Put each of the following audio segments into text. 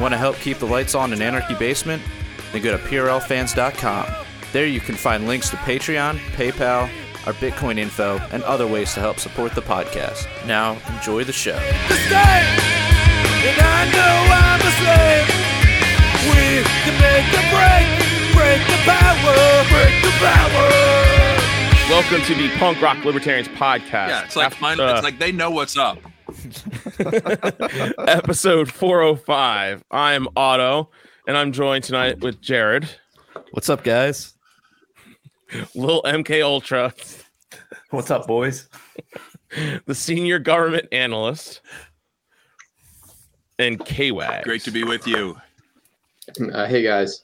Want to help keep the lights on in Anarchy Basement? Then go to PRLFans.com. There you can find links to Patreon, PayPal, our Bitcoin info, and other ways to help support the podcast. Now, enjoy the show. Welcome to the Punk Rock Libertarians podcast. Yeah, it's like After- fin- uh, it's like they know what's up. episode 405. I'm Otto, and I'm joined tonight with Jared, What's up, guys? Lil MK Ultra, What's up, boys? the senior government analyst, and KWAG. Great to be with you. Uh, hey guys,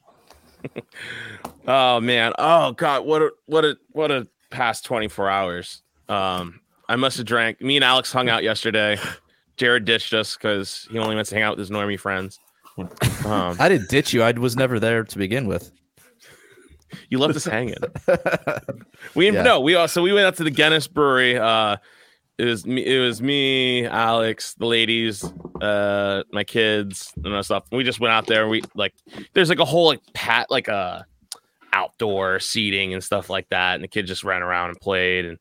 Oh man. Oh god, what a what a what a past 24 hours. Um I must have drank. Me and Alex hung out yesterday. Jared ditched us because he only wants to hang out with his normie friends. Um, I didn't ditch you. I was never there to begin with. You left us hanging. we Yeah. no, we also we went out to the Guinness Brewery. Uh, it was me, it was me, Alex, the ladies, uh, my kids, and other stuff. We just went out there. and We like there's like a whole like pat like uh, outdoor seating and stuff like that, and the kids just ran around and played and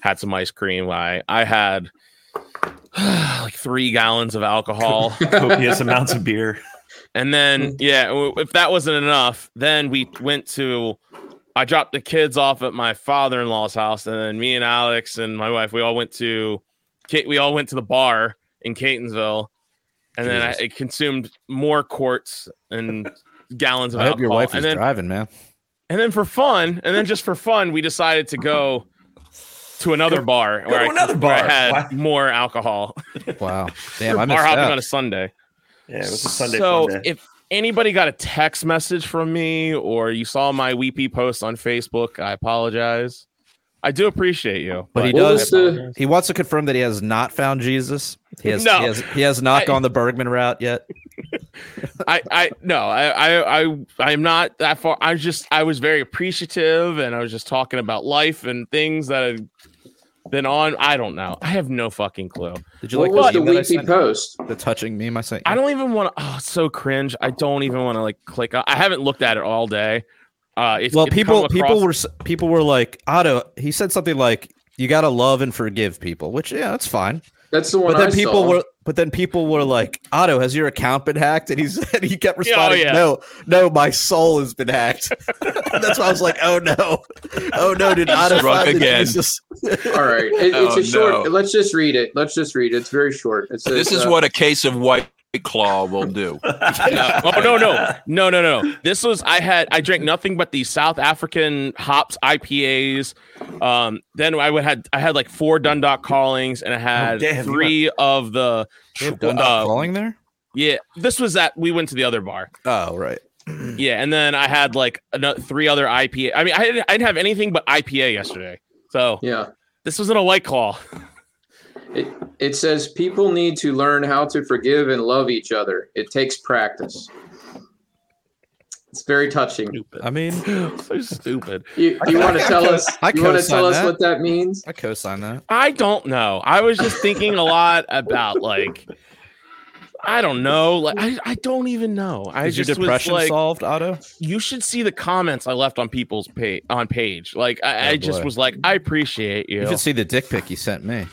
had some ice cream. I I had like three gallons of alcohol. copious amounts of beer. And Hmm. then, yeah, w- if that wasn't enough, then we went to. I dropped the kids off at my father in law's house, and then me and Alex and my wife, we all went to. Kate, we all went to the bar in Catonsville, and then I, I consumed more quarts and gallons of I hope your alcohol. wife is and then, driving, man. and then for fun, and then just for fun, we decided to go to another bar to another where I bar. had Why- more alcohol. Wow. Damn, I missed bar hopping on out. a Sunday. Yeah, it was a Sunday. So fun day. if anybody got a text message from me or you saw my weepy post on Facebook, I apologize. I do appreciate you. But he what does. was the He wants to confirm that he has not found Jesus. He has. No. He has, he has not I- gone the Bergman route yet. I, I no, I, I I I'm not that far. I was just I was very appreciative and I was just talking about life and things that I've been on. I don't know. I have no fucking clue. Did you what like was the the, meme that I weekly sent? post? The touching meme I sent. you? I don't even want to. Oh, it's so cringe. I don't even want to like click. On, I haven't looked at it all day. Uh, it's, well, it's people come people across- were s- people were like Otto. He said something like, "You gotta love and forgive people," which yeah, that's fine. That's the one. But then I people saw. were, but then people were like, "Otto, has your account been hacked?" And he said he kept Yeah, oh, responding, yeah. "No, no, my soul has been hacked." That's why I was like, "Oh no, oh no, did Otto drunk find the again. Jesus?" All right, It- it's Oh, a short. no. Let's just read it. Let's just read it. It's very short. It says, This is uh, what a case of white claw will do. Uh, oh no no no no no! This was I had I drank nothing but these South African hops IPAs. Um, then I would had I had like four Dundalk callings and I had Oh, damn, you three of the uh, calling there. yeah. This was that we went to the other bar. Oh right, Hmm. Yeah, and then I had like ano- three other IPA. I mean, I didn't, I didn't have anything but IPA yesterday. So Yeah, this wasn't a white claw. it it says people need to learn how to forgive and love each other. It takes practice. It's very touching. Stupid. I mean, so stupid. You, I- you I- want to I tell co- us? I you want to co-sign tell that. us what that means? I co-sign that. I don't know. I was just thinking a lot about like I don't know. Like I, I don't even know. I Is your just depression was like solved, Otto? you should see the comments I left on people's page on page. Like I, Oh, I just boy. was like, I appreciate You you. should see the dick pic you sent me.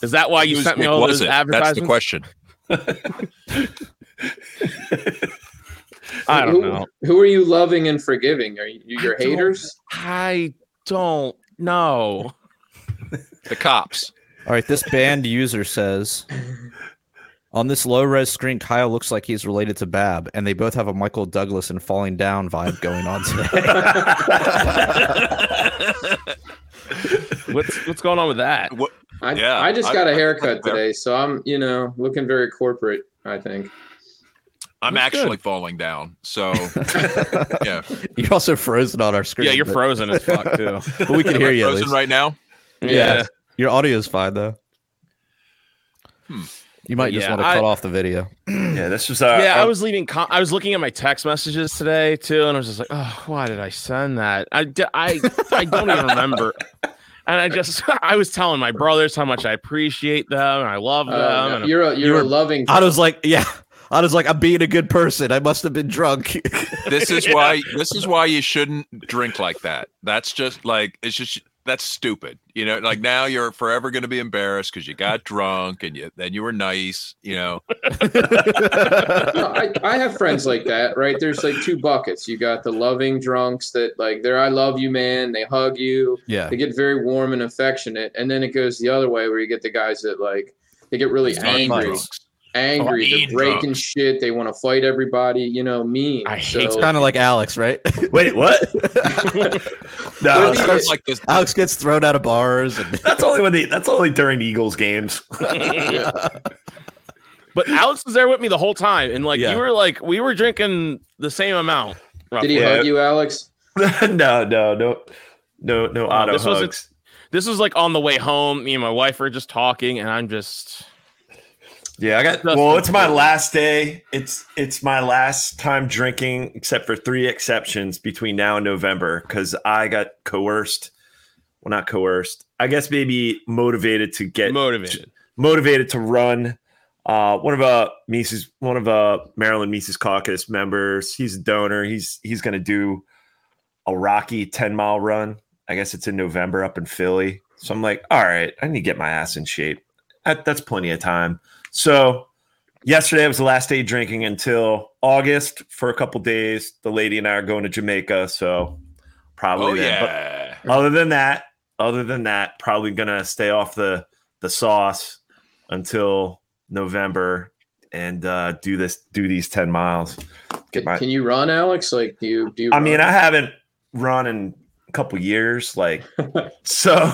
Is that why you Whose sent me dick all was those it? advertisements? That's the question. I who, don't know. Who are you loving and forgiving? Are you your don't- haters? I don't know. The cops. All right, this band user says on this low res screen, Kyle looks like he's related to Bab, and they both have a Michael Douglas and falling down vibe going on today. What's what's going on with that? What, I, Yeah, I just I- got a I- haircut today, so I'm, you know, looking very corporate, I think. I'm That's actually falling down. So yeah, you're also frozen on our screen. Yeah, you're but- frozen as fuck too. but we can Am hear I you. At frozen least. right now. Yeah. Your audio is fine though. Hmm. You might just Yeah, want to I- cut off the video. yeah, this was our. yeah, I our- was leaving. Com- I was looking at my text messages today too, and I was just like, "Oh, why did I send that? I di- I I don't even remember. And I just, I was telling my brothers how much I appreciate them and I love them. Uh, no, and you're a, you're you a were- loving. I was like, yeah. I was like, I'm being a good person. I must have been drunk. This is Yeah. why this is why you shouldn't drink like that. That's just like it's just that's stupid. You know, like now you're forever going to be embarrassed because you got drunk and you then you were nice. You know, no, I, I have friends like that, right? There's like two buckets. You got the loving drunks that like they're I love you, man. They hug you. yeah. They get very warm and affectionate. And then it goes the other way where you get the guys that like they get really It's not angry. drugs. Angry. Oh, They're mean breaking drunks. shit. They want to fight everybody, you know, mean. I hate so, Kind of like Alex, right? Wait, what? no, What do that's, you- It's like this. Alex gets thrown out of bars. And that's only when they. That's only during Eagles games. But Alex was there with me the whole time, and like Yeah. you were like we were drinking the same amount. Did roughly. he Yeah. hug you, Alex? no, no, no, no, no auto this wasn't- hugs. This was like on the way home. Me and my wife were just talking, and I'm just Yeah, I got. That's Well, it's my important. last day. It's it's my last time drinking, except for three exceptions between now and November, because I got coerced. Well, not coerced. I guess maybe motivated to get motivated. motivated to run. Uh, one of uh Mises, one of uh Maryland Mises Caucus members. He's a donor. He's he's gonna do a rocky ten mile run. I guess it's in November up in Philly. So I'm like, all right, I need to get my ass in shape. That, that's plenty of time. So yesterday was the last day drinking until August for a couple days. The lady and I are going to Jamaica, so probably Oh then. But yeah. other than that, other than that, probably gonna stay off the the sauce until November and uh, do this do these ten miles. Can, my- can you run, Alex? Like, do you do? You I mean, run? I haven't run in a couple years, like so.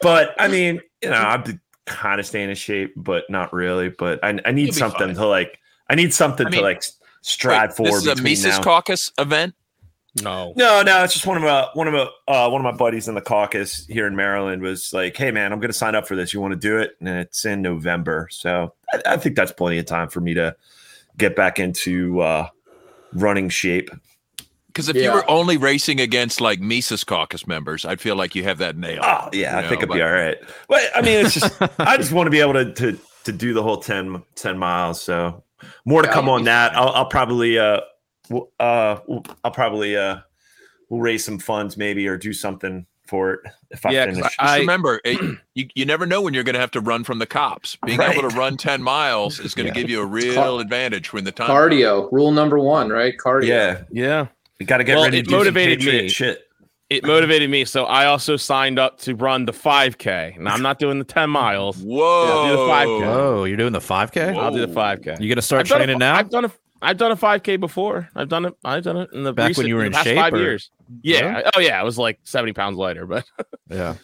but I mean, you know, I've been kind of staying in shape, but not really. But I, I You'll need be something fine. to like. I need something I mean, to like s- strive Wait, for. this is a between Mises now. Caucus event. No, No, no, it's just one of my one of my uh, one of my buddies in the caucus here in Maryland was like, "Hey, man, I'm going to sign up for this. You want to do it?" And it's in November, so I, I think that's plenty of time for me to get back into uh, running shape. Because if you Yeah. were only racing against like Mises Caucus members, I'd feel like you have that nailed. Oh, yeah, I No, think it'd be but- all right. But I mean, it's just I just want to be able to to to do the whole 10, 10 miles. So more to Yeah, come you'll on be that. I'll, I'll probably uh w- uh w- I'll probably uh we'll raise some funds maybe or do something for it if I Yeah, 'cause finish. Just I- remember, it, you, you never know when you're going to have to run from the cops. Being able Right. to run 10 miles is going to Yeah. give you a real Car- advantage when the time. cardio rule number one, right? Cardio. yeah, yeah, You got to get Well, ready. it to do some motivated Patriot me. Shit. it motivated me. So I also signed up to run the 5K, and I'm not doing the 10 miles. Whoa. Yeah, do the 5K. Oh, you're doing the 5K? Whoa. I'll do the 5K. You going to start done a fi- training now? I've done a I've done a 5K before. I've done it. I've done it in the Back recent- when you were the in past shape, five or- years. Yeah. Oh yeah, I was like 70 pounds lighter, but yeah. I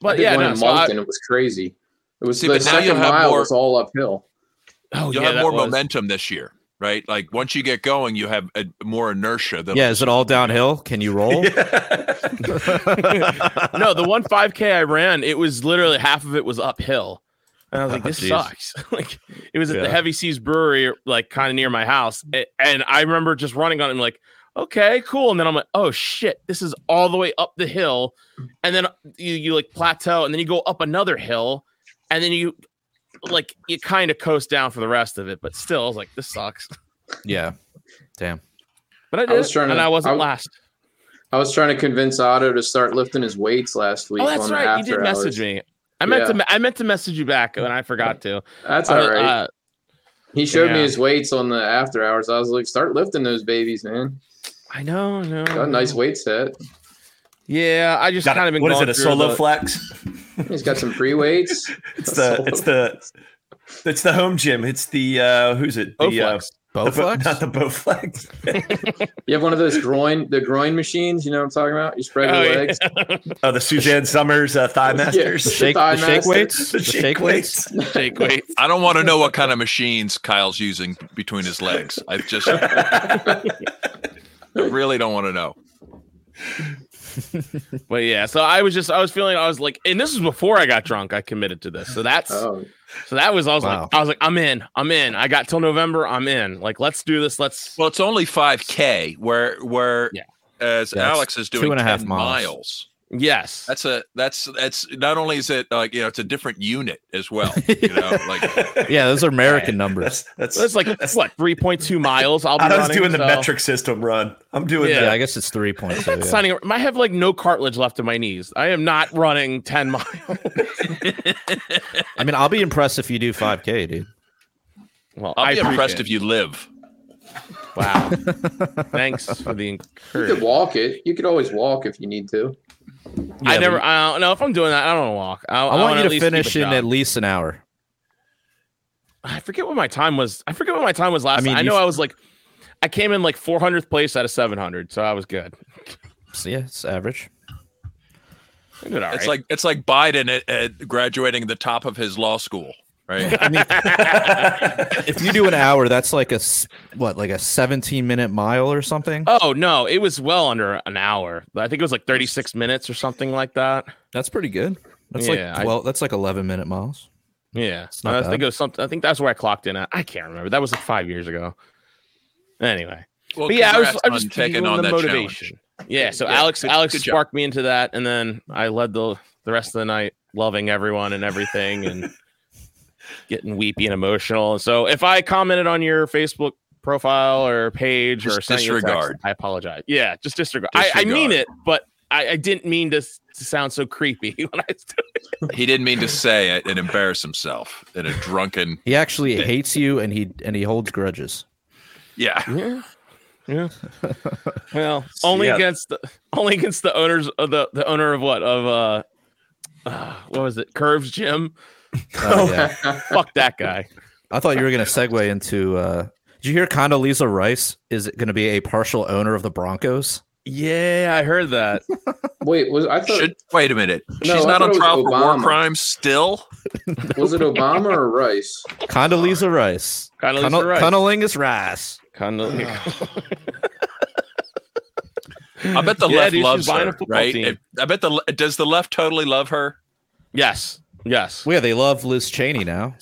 but did yeah, one no, in so I- Malton. it was crazy. It was See, the but now you'll second have mile more- was all uphill. oh You'll yeah, have that more was- momentum this year, right? Like once you get going, you have a, more inertia. Than Yeah, is it all downhill? Can you roll? no, the one 5K I ran, it was literally half of it was uphill. And I was like, Oh, this geez. sucks. like, it was at the Yeah. Heavy Seas Brewery, like, kind of near my house. A- And I remember just running on it and, like, okay, cool. And then I'm like, oh, shit, this is all the way up the hill. And then you, you like plateau, and then you go up another hill, and then you, like, you kind of coast down for the rest of it. But still, I was like, this sucks. yeah. Damn. But I did. was it, trying to- and I wasn't I- last. I was trying to convince Otto to start lifting his weights last week. Oh, that's on the right. You did after message hours. me. I meant Yeah. to. I meant to message you back, and I forgot to. That's Uh, all right. uh, he showed me yeah. his weights on the after hours. I was like, start lifting those babies, man. I know, I know. Got a nice weight set. Yeah, I just Got kind of it. been What is going it? A through solo the- flex? He's got some free weights. It's the it's the it's the home gym. It's the uh who's it? The uh, Bowflex. the bo- Bowflex? not the Bowflex. You have one of those groin, the groin machines. You know what I'm talking about? You spread Oh, your yeah. legs. oh, the Suzanne Summers uh, thigh masters. Shake, Thigh the shake master. weights? The shake weights. Shake weight. I don't want to know what kind of machines Kyle's using between his legs. I just I really don't want to know. But yeah, so I was just I was feeling I was like, and this was before I got drunk. I committed to this, so that's Oh, so that was I was Wow. like I was like I'm in, I'm in. I got till November, I'm in. Like let's do this. Let's Well, it's only 5K, where where Yeah. as Yeah, it's Alex is two doing and a half 10 miles. miles. Yes. That's a that's that's not only is it like you know it's a different unit as well. You know, like Yeah, those are American numbers. That's that's, That's like what 3.2 miles. I'll be I was running, doing the so- metric system run. I'm doing Yeah. yeah. Yeah, I guess it's three points. That's signing. I have like no cartilage left in my knees. I am not running 10 miles. I mean, I'll be impressed if you do 5K, dude. Well, I'll be I impressed if you live. Wow. Thanks for the You could encouragement. walk it. You could always walk if you need to. I Yeah, never. I don't know if I'm doing that. I don't want to walk. I, I wanna want at you to least keep finish a in job. at least an hour. I forget what my time was. I forget what my time was last. I I, mean, I you know f- I was like, I came in like 400th place out of 700, so I was good. So, yeah, it's average. I did all It's right. like it's like Biden at, at graduating the top of his law school, right? I mean, if you do an hour, that's like a s- what, like a 17 minute mile or something. oh no, it was well under an hour. I think it was like 36 minutes or something like that. That's pretty good. That's Yeah, I- like 12. that's like 11 minute miles. Yeah, not I bad. think it was something. I think that's where I clocked in at. I can't remember. That was like five years ago. Anyway, Well, but yeah, I was, congrats I on was just taking feeling on the that motivation. challenge. Yeah, so Yeah, Alex, good- Alex good job. sparked me into that, and then I led the the rest of the night, loving everyone and everything, and getting weepy and emotional. So if I commented on your Facebook profile or page or Just sent you a text, disregard. I apologize. Yeah, just disregard. I, I mean Disregard. it, but I, I didn't mean to, s- to sound so creepy when I. He didn't mean to say it and embarrass himself in a drunken. He actually hates you and he and he holds grudges. Yeah, Yeah. Yeah. well, only Yeah. against the only against the owners of the the owner of what of uh, uh what was it? Curves Gym. Oh, yeah. Fuck that guy. I thought you were going to segue into uh did you hear Condoleezza Rice is going to be a partial owner of the Broncos? Yeah, I heard that. Wait, was I thought should wait a minute. No, She's I not thought it on was trial for war Obama. crimes still. was it Obama or Rice? Condoleezza Rice. Condoleezza Condol- Rice. Condolingus Rice. Condole- I bet the Yeah, dude, left she's loves buying a her, football right? team. If- I bet the le- does the left totally love her. yes. Yes. Well, yeah, they love Liz Cheney now.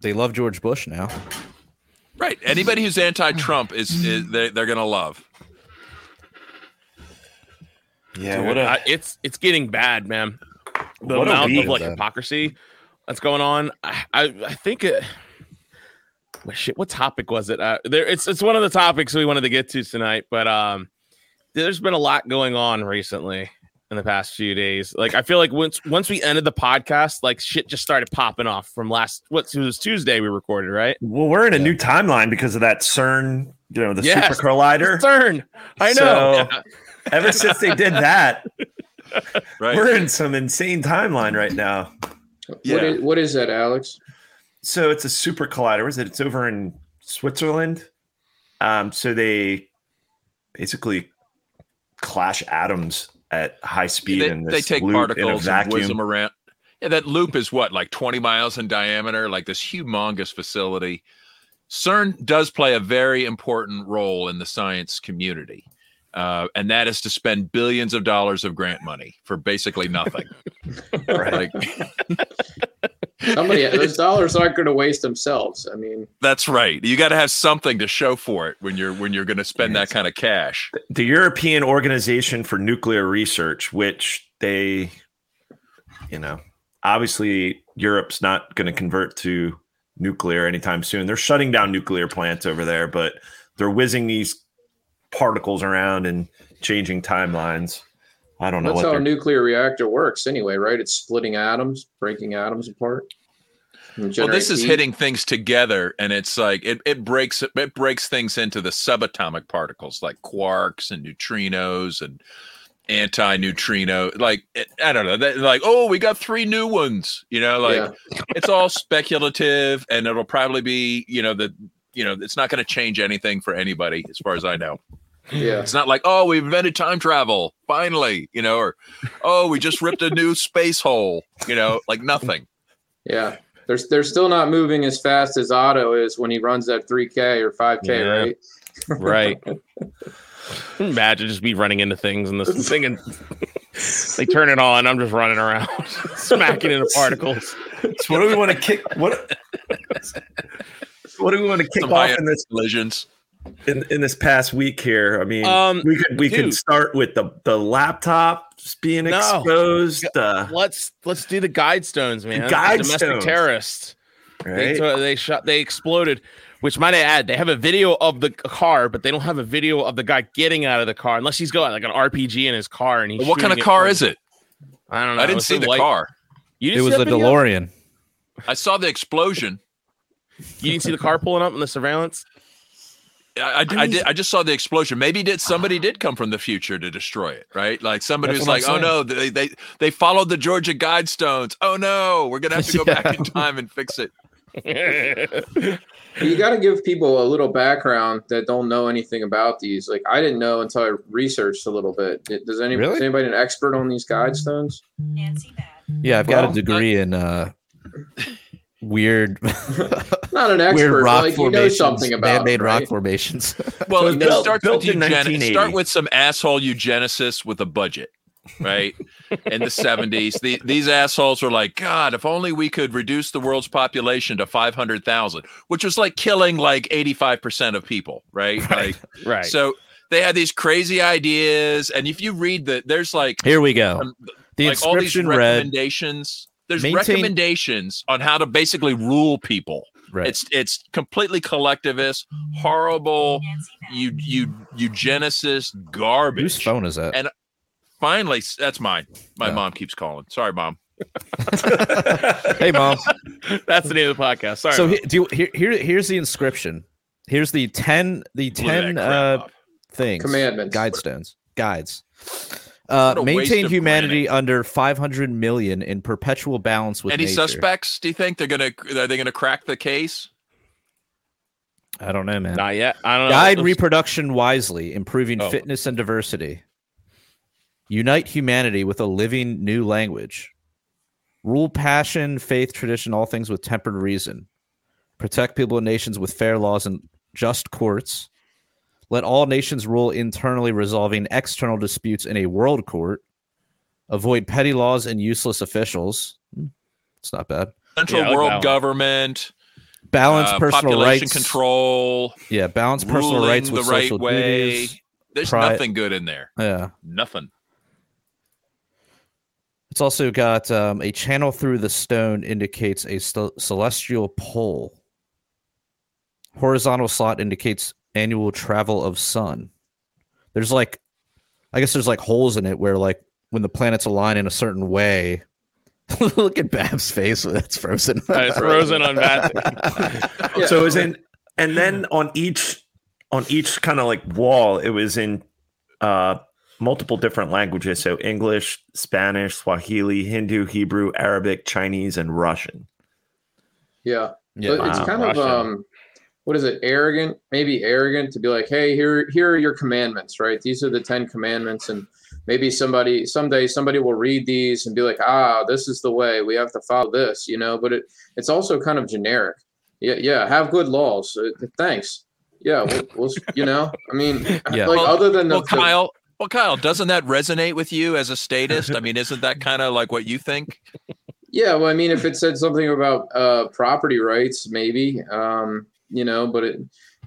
They love George Bush now. Right. Anybody who's anti-Trump is, is they, they're gonna love. Yeah, Dude, what a I- it's it's getting bad, man. The What a amount week. of like Bad. hypocrisy that's going on. I I, I think it. Well, shit, what topic was it? Uh, there, it's it's one of the topics we wanted to get to tonight, but um, there's been a lot going on recently in the past few days. Like I feel like once once we ended the podcast, like shit just started popping off from last what it was Tuesday we recorded, right? well, we're in a new timeline because of that CERN, you know, the Yes. super collider. CERN. I know. So- Ever since they did that, Right. we're in some insane timeline right now. What Yeah. is what is that, Alex? So it's a super collider. Is it? It's over in Switzerland. Um, so they basically clash atoms at high speed. they, in they this take loop in a particles and whiz vacuum. them around. Yeah, that loop is what, like 20 miles in diameter, like this humongous facility. CERN does play a very important role in the science community, uh, and that is to spend billions of dollars of grant money for basically nothing. Right. like Somebody those dollars aren't going to waste themselves. I mean, that's right. You got to have something to show for it when you're when you're going to spend that kind of cash. the European Organization for Nuclear Research, which they, you know, obviously Europe's not going to convert to nuclear anytime soon. They're shutting down nuclear plants over there, but they're whizzing these particles around and changing timelines. I don't know that's what how a they're- nuclear reactor works, anyway, right? It's splitting atoms, breaking atoms apart. and Well, this generate is heat. hitting things together, and it's like it, it breaks it breaks things into the subatomic particles like quarks and neutrinos and anti neutrino. Like it, I don't know, that, like oh, we got three new ones. You know, like Yeah. it's all speculative, and it'll probably be you know the you know it's not going to change anything for anybody as far as I know. Yeah. It's not like oh, we invented time travel finally, you know, or oh, we just ripped a new space hole. You know, like nothing. Yeah. They're, they're still not moving as fast as Otto is when he runs that 3K or 5K, Yeah. right? Right. Imagine just me running into things and this thing and they turn it on. I'm just running around, smacking into particles. So what do we want to kick? What? What do we want to kick Some off high- in this? Collisions. in, in this past week here. I mean, Um, we could we dude. could start with the the laptops being No. exposed. Uh, Let's let's do the Guidestones, man. domestic Guidestones. terrorists. They right? to- they shot they exploded, which might I add, they have a video of the c- car, but they don't have a video of the guy getting out of the car unless he's got like an RPG in his car and he's But what kind of shooting it car from- is it? I don't know. I didn't It's see a the white- car. You It didn't see was that a video? DeLorean. I saw the explosion. You didn't see the car pulling up in the surveillance? I, I, I did. I just saw the explosion. Maybe did somebody did come from the future to destroy it, right? Like somebody That's was what I'm like, "Oh saying. no, they, they they followed the Georgia Guidestones. Oh no, we're gonna have to go back in time and fix it." you got to give people a little background that don't know anything about these. Like I didn't know until I researched a little bit. It- Does anybody Really? is anybody an expert on these Guidestones? Nancy Bad. Yeah, I've got Well, a degree in uh, weird, Not an expert, weird but rock like you know formations, something about. man-made them, rock right? formations. Well, So it it's built- starts built with in eugenics. 1980. Start with some asshole eugenicist with a budget, right? in the seventies, the, these assholes were like, "God, if only we could reduce the world's population to five hundred thousand, which was like killing like eighty-five percent of people, right? Like, right. so they had these crazy ideas, and if you read the, there's like Here we go. Um, The like all these inscription read. recommendations. There's Maintain- recommendations on how to basically rule people. Right. It's it's completely collectivist, horrible, Nancy Bad. you you eugenicist Whose garbage. phone is that? And- Finally, s- that's mine. My Oh. mom keeps calling. Sorry, mom. hey, mom. That's the name of the podcast. Sorry. so about he, do you, here, here, here's the inscription. Here's the ten, the Blew that ten crap uh, up. things, Commandments. guidestones, guides. Uh, What a waste maintain of humanity under 500 million in perpetual balance with Any nature. suspects? Do you think they're gonna are they gonna crack the case? I don't know, man. that. not yet. I don't know. Guide Oops. reproduction wisely, improving Uh, Oh. fitness and diversity. Unite humanity with a living new language. Rule passion, faith, tradition, all things with tempered reason. Protect people and nations with fair laws and just courts. Let all nations rule internally, resolving external disputes in a world court. Avoid petty laws and useless officials. Hmm, It's not bad. Central Yeah, I like world that one. government, Balance uh, personal population rights. control. Yeah, balance personal ruling rights with the right social way. duties. There's Pri- nothing good in there. Yeah. Nothing. It's also got um, a channel through the stone indicates a cel- celestial pole. Horizontal slot indicates annual travel of sun. There's like, I guess there's like holes in it where like when the planets align in a certain way. Look at Bab's face. That's frozen. Uh, it's frozen on that. Yeah. So it was in, and then on each on each kind of like wall, it was in uh, multiple different languages. So English, Spanish, Swahili, Hindu, Hebrew, Arabic, Chinese, and Russian. Yeah. yeah. But it's Wow, kind of Russia. um, what is it? Arrogant, maybe arrogant to be like, hey, here, here are your commandments, right? These are the Ten Commandments, and maybe somebody someday somebody will read these and be like, ah, this is the way we have to follow this, you know. But it it's also kind of generic. Yeah, yeah. Have good laws. Uh, Thanks. Yeah, we'll, we'll you know, I mean, Yeah. like Well- other than the, well, Kyle. Well, Kyle, doesn't that resonate with you as a statist? I mean, isn't that kind of like what you think? Yeah, well, I mean, if it said something about uh, property rights, maybe, um, you know, but it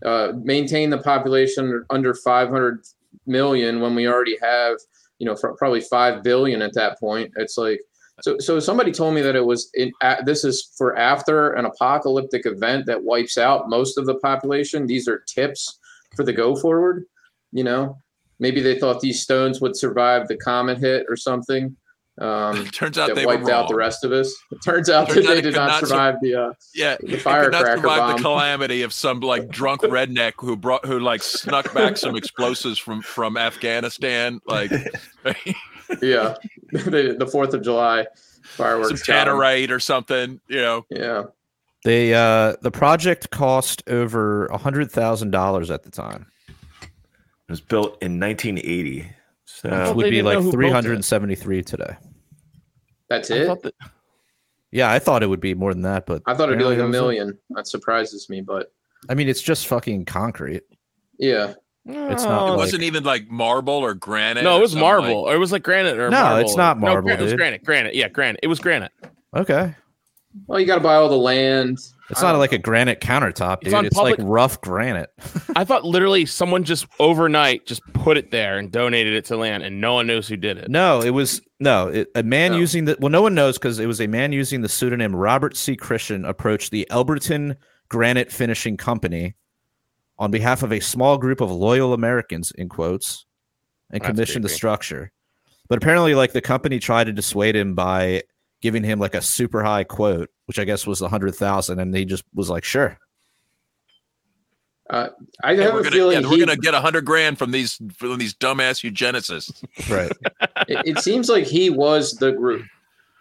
uh, maintain the population under 500 million when we already have, you know, fr- probably 5 billion at that point. It's like, so, so somebody told me that it was in, a this is for after an apocalyptic event that wipes out most of the population. These are tips for the go forward, you know. Maybe they thought these stones would survive the comet hit or something. Um, Turns out that they were wiped wrong. out the rest of us. It turns out Turns that out they it did could not, not sur- survive the. Uh, Yeah, the you could not firecracker survive bomb. the calamity of some like drunk redneck who brought who like snuck back some explosives from from Afghanistan, like yeah, the the Fourth of July some fireworks. show. tannerite or something. You know, Yeah, They uh, the project cost over a hundred thousand dollars at the time, It was built in 1980. which So they would be didn't know like who built it. three hundred and seventy three today. that's I it. thought that- Yeah, I thought it would be more than that, but it'd be like a apparently it was- million. That surprises me, but I mean, it's just fucking concrete. yeah, It's not it like- wasn't even like marble or granite. No, or it was something marble. like- or it was like granite or No, marble. it's not No, marble, gran- It was dude. granite. Granite. Yeah, granite. It was granite. Okay. Well, you got to buy all the land. It's not like a granite countertop, It's dude. on It's, public- like rough granite. I thought literally someone just overnight just put it there and donated it to land, and no one knows who did it. No, it was no it, a man Oh. No. using the well. No one knows because it was a man using the pseudonym Robert C. Christian approached the Elberton Granite Finishing Company on behalf of a small group of loyal Americans in quotes and That's commissioned the creepy. structure. But apparently, like the company tried to dissuade him by giving him like a super high quote, which I guess was a hundred thousand, and he just was like, "Sure." I Hey, have we're a gonna, feeling yeah, we're he- gonna get a hundred grand from these from these dumbass eugenicists. Right. it, it seems like he was the group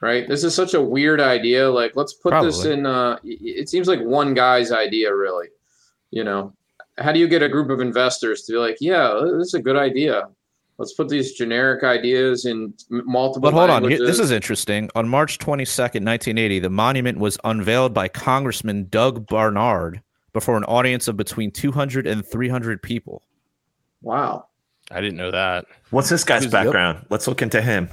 right this is such a weird idea like let's put this Probably. in uh it- it seems like one guy's idea really you know how do you get a group of investors to be like yeah this is a good idea let's put these generic ideas in m- multiple But hold on, here- languages. this is interesting. On March 22nd, 1980, the monument was unveiled by Congressman Doug Barnard before an audience of between 200 and 300 people. wow I didn't know that. What's this guy's Yep. background? Let's look into him.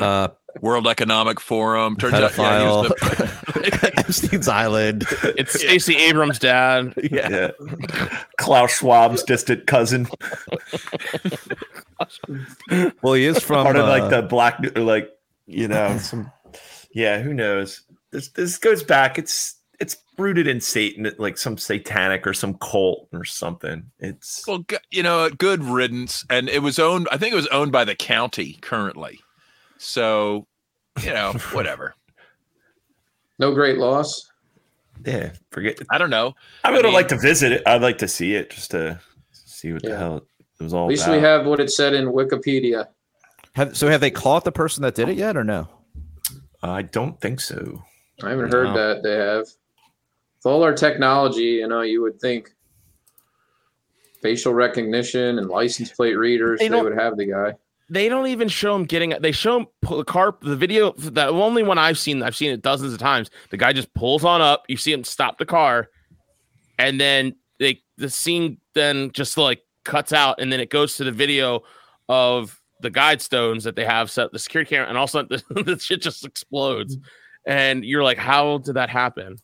Uh, World Economic Forum. Turns out, yeah, he was the, Epstein's Island. It's Stacey Abrams' dad. Yeah. Yeah. Klaus Schwab's distant cousin, Well, he is from part of like uh, the black, or like you know, some. Yeah, who knows? This this goes back. It's it's rooted in Satan, like some satanic or some cult or something. It's well, g- you know, good riddance. And it was owned. I think it was owned by the county currently. So, you know, whatever. no great loss yeah. Forget. I don't know. I would mean- like to visit it. I'd like to see it just to see what the Yeah. hell it was all Oh, at least about. we have what it said in wikipedia have, so have they caught the person that did it yet or no? I don't think so. i haven't heard No. that they have with all our technology you know you would think facial recognition and license plate readers They they don't- would have the guy They don't even show him getting. They show him pull the car. The video, the only one I've seen, I've seen it dozens of times. The guy just pulls on up. You see him stop the car, and then they the scene then just like cuts out, and then it goes to the video of the guidestones that they have set the security camera, and all of a sudden the, the shit just explodes, and you're like, how did that happen?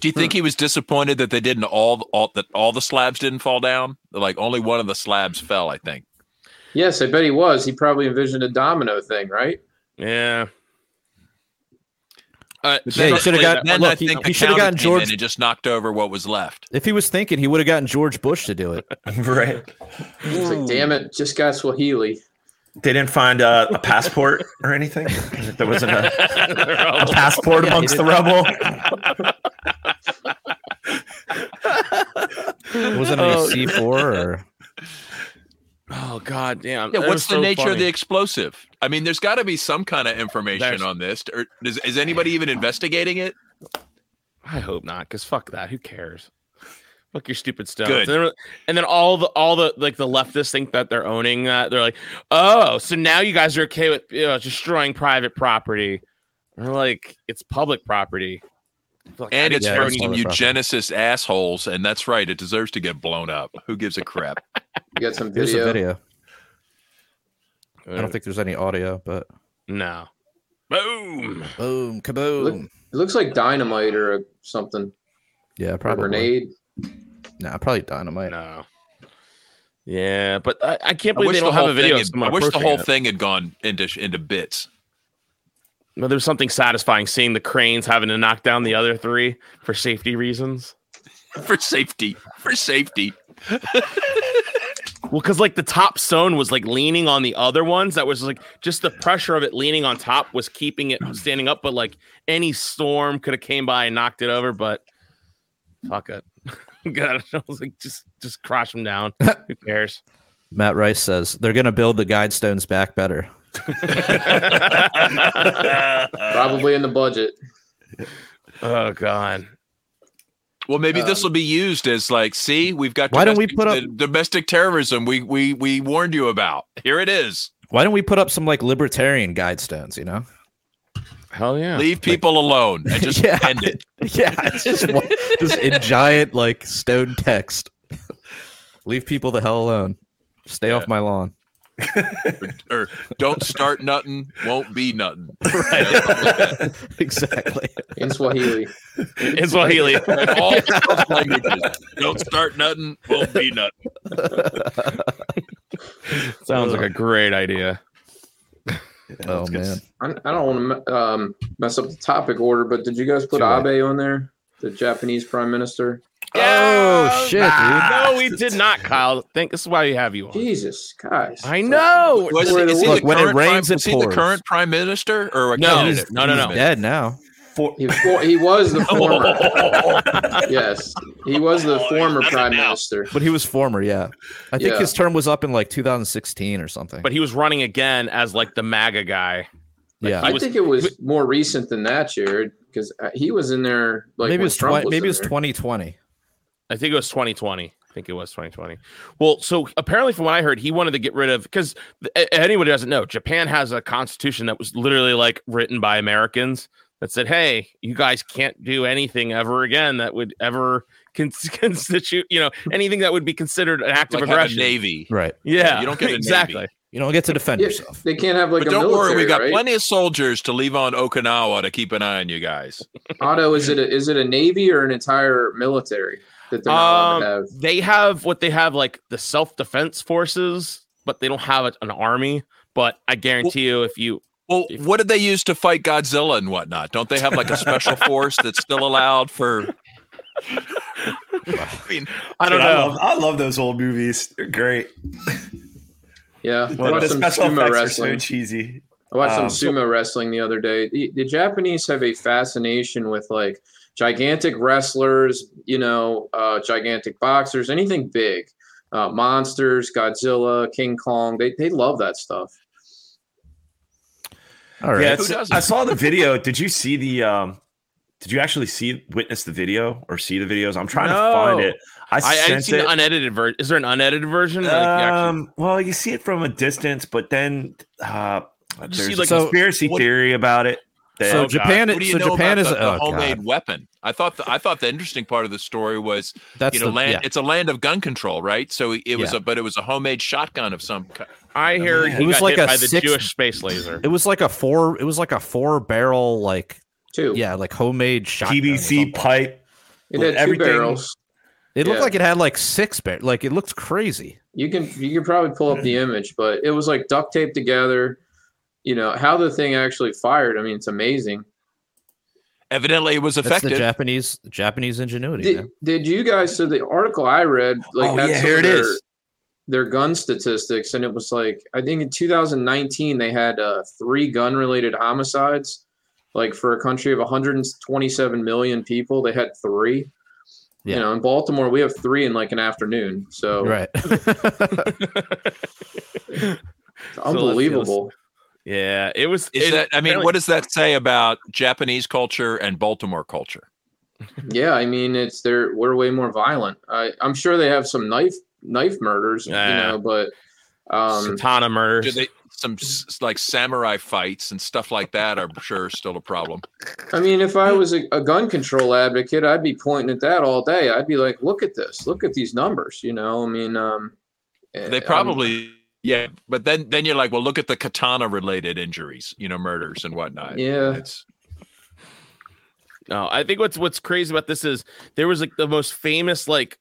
Do you think he was disappointed that they didn't all, all that all the slabs didn't fall down? Like only one of the slabs fell. I think. Yes, I bet he was. He probably envisioned a domino thing, right? Yeah. Uh, Yeah, you should've got- Then look, I he- think he the should've county gotten came in George- and just knocked over what was left. If he was thinking, he would have gotten George Bush to do it. right. It's Hmm. like, damn it, just got Swahili. They didn't find uh, a passport or anything. There wasn't a, a passport amongst the rubble. Wasn't it a C four or Oh god damn. That Yeah, was what's the so nature of funny. the explosive? I mean, there's got to be some kind of information There's- on this. Or is, is anybody even investigating it? I hope not, because fuck that. Who cares? Fuck your stupid stuff. Good. And then, and then all the all the like the leftists think that they're owning that. They're like, oh, so now you guys are okay with you know, destroying private property. And we're like, it's public property. Like, I didn't And it's yeah, know from it's any- some totally proper. eugenicist assholes, and that's right. It deserves to get blown up. Who gives a crap? You got some here's a video. video? I don't think there's any audio, but no. Boom. boom, kaboom. It looks like dynamite or a- something. Yeah, Or probably. grenade. Nah, probably dynamite. No. Yeah, but I, I can't I believe wish they the don't have whole a video. thing. of Had, someone I wish the approaching whole it. thing had gone into sh- into bits. But there's something satisfying seeing the cranes having to knock down the other three for safety reasons. for safety. For safety. Well, because like the top stone was like leaning on the other ones. That was like just the pressure of it leaning on top was keeping it standing up. But like any storm could have came by and knocked it over. But fuck it. God, I was like, just just crash them down. Who cares? Matt Rice says they're going to build the Guidestones back better. Probably in the budget. Oh god. Well, maybe this will be used as like, see, we've got. Um, Why don't we domestic- put up- the domestic terrorism? We we we warned you about. Here it is. Why don't we put up some like libertarian Guidestones? You know? Hell yeah. Leave people alone and just Yeah. end it. Yeah, it's just one- just in giant like stone text. Leave people the hell alone. Stay off my lawn. or don't start nothing, won't be nothing. Right. exactly. in Swahili. in Swahili. All those languages. Don't start nothing, won't be nothing. Sounds like a great idea. oh man. I, I don't want to um, mess up the topic order, but did you guys put Too late. Abe on there, the Japanese prime minister? Oh, shit, dude. No, we did not, Kyle. Think this is why we have you on. Jesus, guys! I know. Was, Where is the- he the Look, when it current rains, prime, it is he the pours. current prime minister or a No. candidate? No, no, no. He's dead now. For, He, was for, he was the former. yes, he was Oh, the former prime minister. But he was former, yeah. I think Yeah. his term was up in like 2016 or something. But he was running again as like the MAGA guy. yeah. I was- think it was more recent than that, Jared, because he was in there like maybe it when was, Trump twi- maybe in it was there. 2020. I think it was 2020. I think it was 2020. Well, so apparently, from what I heard, he wanted to get rid of because anyone who doesn't know, Japan has a constitution that was literally like written by Americans that said, "Hey, you guys can't do anything ever again that would ever con- constitute, you know, anything that would be considered an act Like of have a aggression." navy. Right. Yeah, You don't get a navy. exactly. You don't get to defend Yeah, yourself. They can't have like but a don't military. worry, we got right? plenty of soldiers to leave on Okinawa to keep an eye on you guys. Otto, is it a, is it a navy or an entire military that they're not allowed Um, to have? They have what they have like the self defense forces, but they don't have a- an army. But I guarantee you, if you Well, what did they use to fight Godzilla and whatnot? Don't they have like a special force that's still allowed for? I mean, I don't Dude, know. love, I love those old movies. They're great. Yeah, I But watched the some special sumo effects wrestling. are so cheesy. I watched Um, some sumo wrestling the other day. The, the Japanese have a fascination with like gigantic wrestlers, you know, uh, gigantic boxers, anything big, uh, monsters, Godzilla, King Kong. They they love that stuff. All right. Yeah, Who it's- doesn't? I saw the video. Did you see the? um Did you actually see witness the video or see the videos? I'm trying to find No. it. I, I, I haven't sent seen it. the unedited version. Is there an unedited version? Like, you actually- um, well, you see it from a distance, but then uh, just there's see, a like, conspiracy what- theory about it. that- so God. Japan what do you so know about Japan is the, the oh, homemade God. weapon? I thought the, I thought the interesting part of the story was That's you know the land. yeah. It's a land of gun control, right? So it, it was Yeah. a but it was a homemade shotgun of some. ki- I hear man. he It was got like hit a by the six- Jewish space laser. It was like a four. It was like a four barrel, like Too. yeah, like homemade shotgun. or PVC something. pipe. it had two everything- barrels. It looked yeah. like it had like six bar. Like it looked crazy. You can you can probably pull up the image, but it was like duct taped together. You know how the thing actually fired. I mean, it's amazing. Evidently, it was That's the effective. Japanese Japanese ingenuity. Did, man. did you guys? So the article I read, like, oh had yeah, some here of it their- is. their gun statistics and it was like i think in 2019 they had uh, three gun related homicides like for a country of 127 million people they had three Yeah. you know in baltimore we have three in like an afternoon so Right. it's unbelievable yeah, it was. Is it- that? I mean, apparently- what does that say about Japanese culture and Baltimore culture? yeah i mean it's they're we're way more violent I, i'm sure they have some knife knife murders you Yeah. know but um Satana Do murders? they some s- like samurai fights and stuff like that? I'm sure is still a problem. I mean, if I was a, a gun control advocate, I'd be pointing at that all day. I'd be like, look at this, look at these numbers. You know, I mean, um, They probably yeah, but then then you're like, well, look at the katana related injuries, you know, murders and whatnot. Yeah. It's, No, I think what's what's crazy about this is there was like the most famous like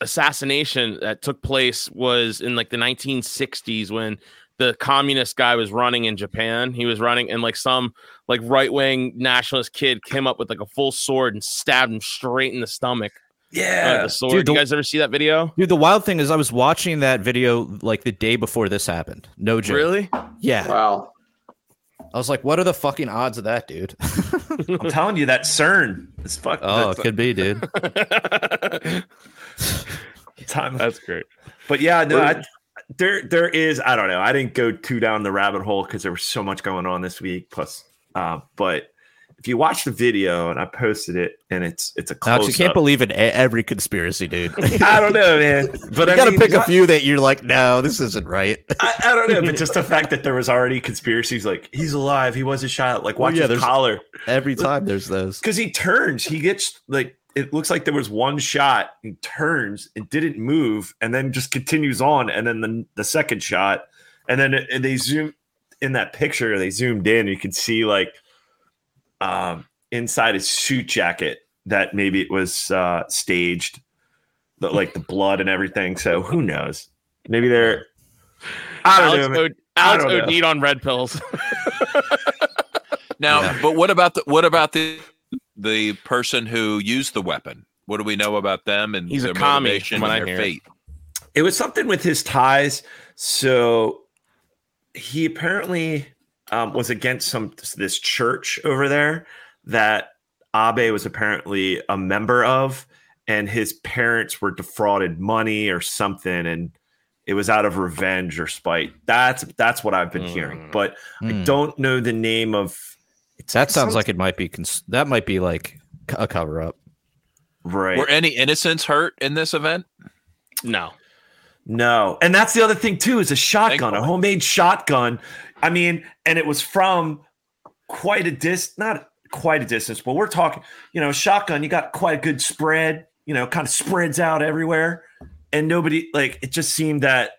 assassination that took place was in like the 1960s when the communist guy was running in Japan. He was running and like some like right wing nationalist kid came up with like a full sword and stabbed him straight in the stomach. uh, Yeah, the sword. Dude, the- you guys ever see that video? Dude, the wild thing is, I was watching that video like the day before this happened. No joke. Really? Yeah. wow. I was like, what are the fucking odds of that, dude? I'm telling you that CERN is fuck. oh, it the- could be, dude. the time. That's great. But yeah, no, Where- I, there there is. I don't know. I didn't go too down the rabbit hole because there was so much going on this week. Plus, uh, but if you watch the video and I posted it, and it's it's a close Alex, you can't believe in e- every conspiracy, dude. you I don't know, man. But I got to mean, pick a what- few that you're like, no, this isn't right. I, I don't know, but just the fact that there was already conspiracies, like he's alive, he wasn't shot. Like Well, watch yeah, his there's- collar Every time there's those. because he turns, he gets like it looks like there was one shot and turns and didn't move, and then just continues on, and then the, the second shot, And then it- and they zoom in that picture, they zoomed in, you could see like um, inside his suit jacket that maybe it was uh, staged, but like the blood and everything. So who knows? Maybe they're. I don't Alex, know. man. Od- Alex don't know. O'Deed on red pills. Now, Yeah. but what about the what about the the person who used the weapon? What do we know about them and He's a their commie, motivation from what and I hear. their fate? It was something with his ties. So he apparently um, was against some this church over there that Abe was apparently a member of, and his parents were defrauded money or something, and it was out of revenge or spite. That's that's what I've been hearing, Mm. but I Hmm. don't know the name of. It's That sounds some- like it might be cons- that might be like c- a cover up. right. Were any innocents hurt in this event? no. No. And that's the other thing too is a shotgun, a Thankfully. homemade shotgun. I mean, and it was from quite a dist not quite a distance, but we're talking, you know, shotgun, you got quite a good spread, you know, kind of spreads out everywhere. And nobody like it just seemed that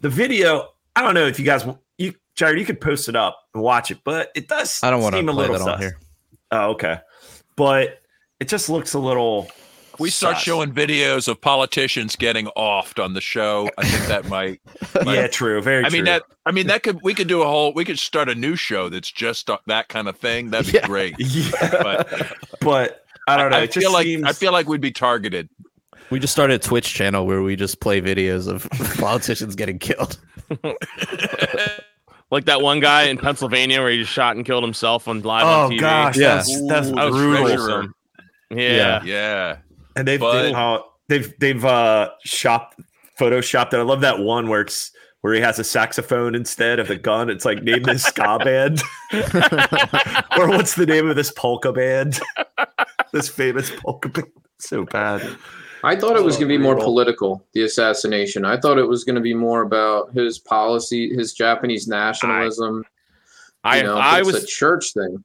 the video, I don't know if you guys you Jared, you could post it up and watch it, but it does I don't want to seem a play little that on sus. here. Oh, okay. But it just looks a little If we start sus. showing videos of politicians getting offed on the show. I think that might. might- Yeah, true. Very I mean true. that. I mean that could. We could do a whole. We could start a new show that's just uh, that kind of thing. That'd be Yeah. great. yeah. But but I don't know. I it just feel like seems, I feel like we'd be targeted. We just started a Twitch channel where we just play videos of politicians getting killed. Like that one guy in Pennsylvania where he just shot and killed himself on live on TV. Yeah. that's, that's Ooh, that was Oh, brutal. treasurer. Yeah. Yeah. Yeah. And they've But- they've, uh, they've they've uh shopped photoshopped it. I love that one where it's where he has a saxophone instead of the gun. It's like name this ska band, or what's the name of this polka band? this famous polka band. So bad. I thought it was Oh, going to be more brutal. political, the assassination. I thought it was going to be more about his policy, his Japanese nationalism. I you know, but I it's was a church thing.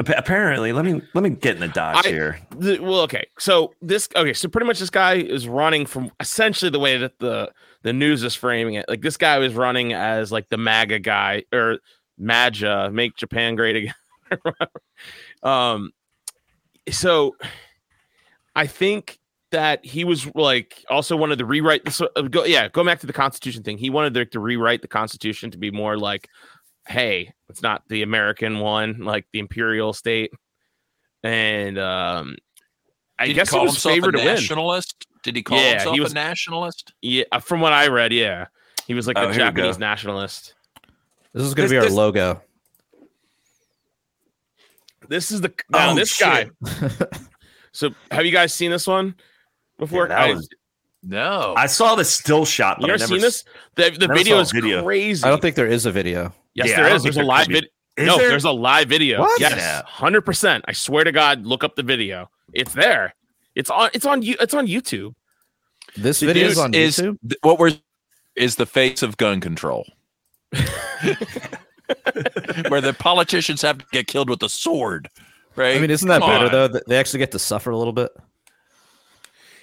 Appa- Apparently, let me let me get in the dodge I- here. the, well okay so this okay so pretty much this guy is running from essentially the way that the the news is framing it like this guy was running as like the maga guy or maja make japan great again or whatever. um so i think that he was like also wanted to rewrite this uh, go, yeah go back to the constitution thing he wanted to, to rewrite the constitution to be more like hey it's not the american one like the imperial state and um I Did he guess he call was himself favored a to win. nationalist. Did he call Yeah, he himself was- a nationalist? Yeah, uh, from what I read, yeah, he was like Oh, a here we Japanese go. nationalist. This is going to This- be our this- logo. This is the now Oh, this guy. so, have you guys seen this one before? Yeah, that I- was- No. I saw the still shot, you but I ever never seen this? The, the never video saw a is video. crazy. I don't think there is a video. Yes, Yeah, there I don't is. think There's a there live could be. video. No, there? there's a live video. What? Yeah. Yes, hundred percent. I swear to God, look up the video. It's there. It's on. It's on. You. It's on YouTube. This The video is dude on is- YouTube. th- what we're is the face of gun control. Where the politicians have to get killed with a sword, right? I mean, isn't that Come better on. though? That they actually get to suffer a little bit.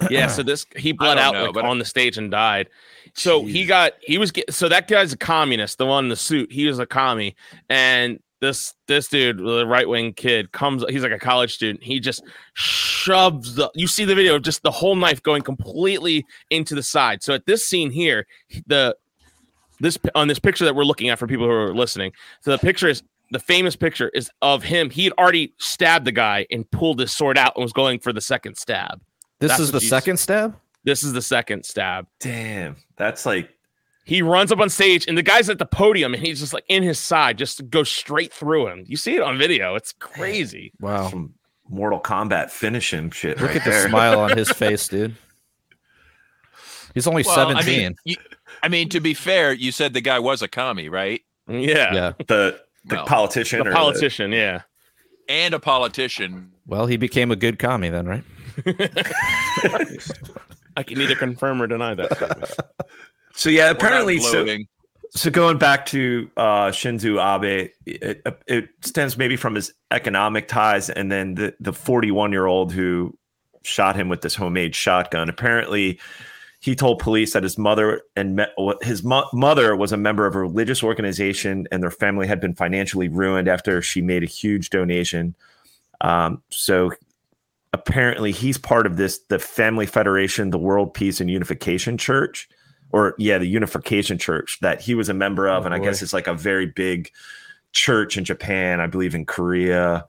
Yeah. So this he bled don't out know, like, but- on the stage and died. So he got he was get, so that guy's a communist, the one in the suit. He was a commie, and this this dude, the right wing kid, comes. He's like a college student. He just shoves the. You see the video, of just the whole knife going completely into the side. So at this scene here, the this on this picture that we're looking at for people who are listening. So the picture is the famous picture is of him. He had already stabbed the guy and pulled his sword out and was going for the second stab. This That's is the what you- second stab. This is the second stab. Damn, that's like He runs up on stage, and the guy's at the podium, and he's just like in his side, just goes straight through him. You see it on video; it's crazy. Wow. some Mortal Kombat finishing shit. Look right at the there. smile on his face, dude. He's only Well, I seventeen. mean, you- I mean, to be fair, you said the guy was a commie, right? Yeah, yeah. the the Well, politician the or politician. Yeah, And a politician. Well, he became a good commie then, right? I can neither confirm or deny that. statement. so yeah We're not apparently so, gloating. so going back to uh shinzo abe it, it stems maybe from his economic ties and then the the 41 year old who shot him with this homemade shotgun apparently He told police that his mother and me- what- his mo- mother was a member of a religious organization, and their family had been financially ruined after she made a huge donation. Um, so apparently, he's part of this the Family Federation, the World Peace and Unification Church, or yeah, the Unification Church that he was a member of, Oh, and I boy. guess it's like a very big church in Japan, I believe in Korea,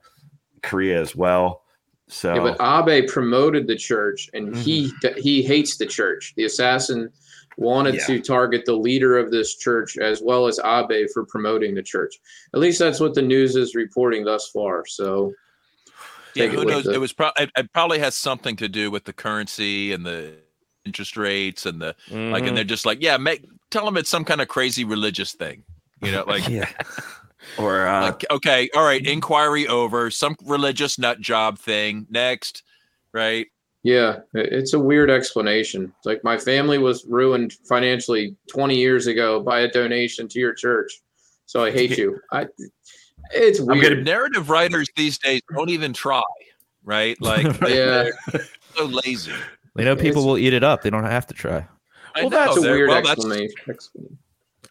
Korea as well. So Yeah, but Abe promoted the church, and Mm-hmm. he he hates the church. The assassin wanted Yeah. to target the leader of this church as well as Abe for promoting the church. At least that's what the news is reporting thus far. So Yeah, Take it who with knows? the- It was probably it, it probably has something to do with the currency and the interest rates and the like, Mm-hmm. and they're just like, yeah, make tell them it's some kind of crazy religious thing, you know, like. yeah. Or uh, like, okay, all right, inquiry over. Some religious nut job thing. Next, right? yeah, it- it's a weird explanation. It's like my family was ruined financially 20 years ago by a donation to your church, so I hate you. I it's weird. gonna- Narrative writers these days don't even try, right? Like, they- Yeah. they're so lazy. They know people It's- will eat it up. They don't have to try. I Well, know, that's It's a they're- weird Oh, well, that's- explanation.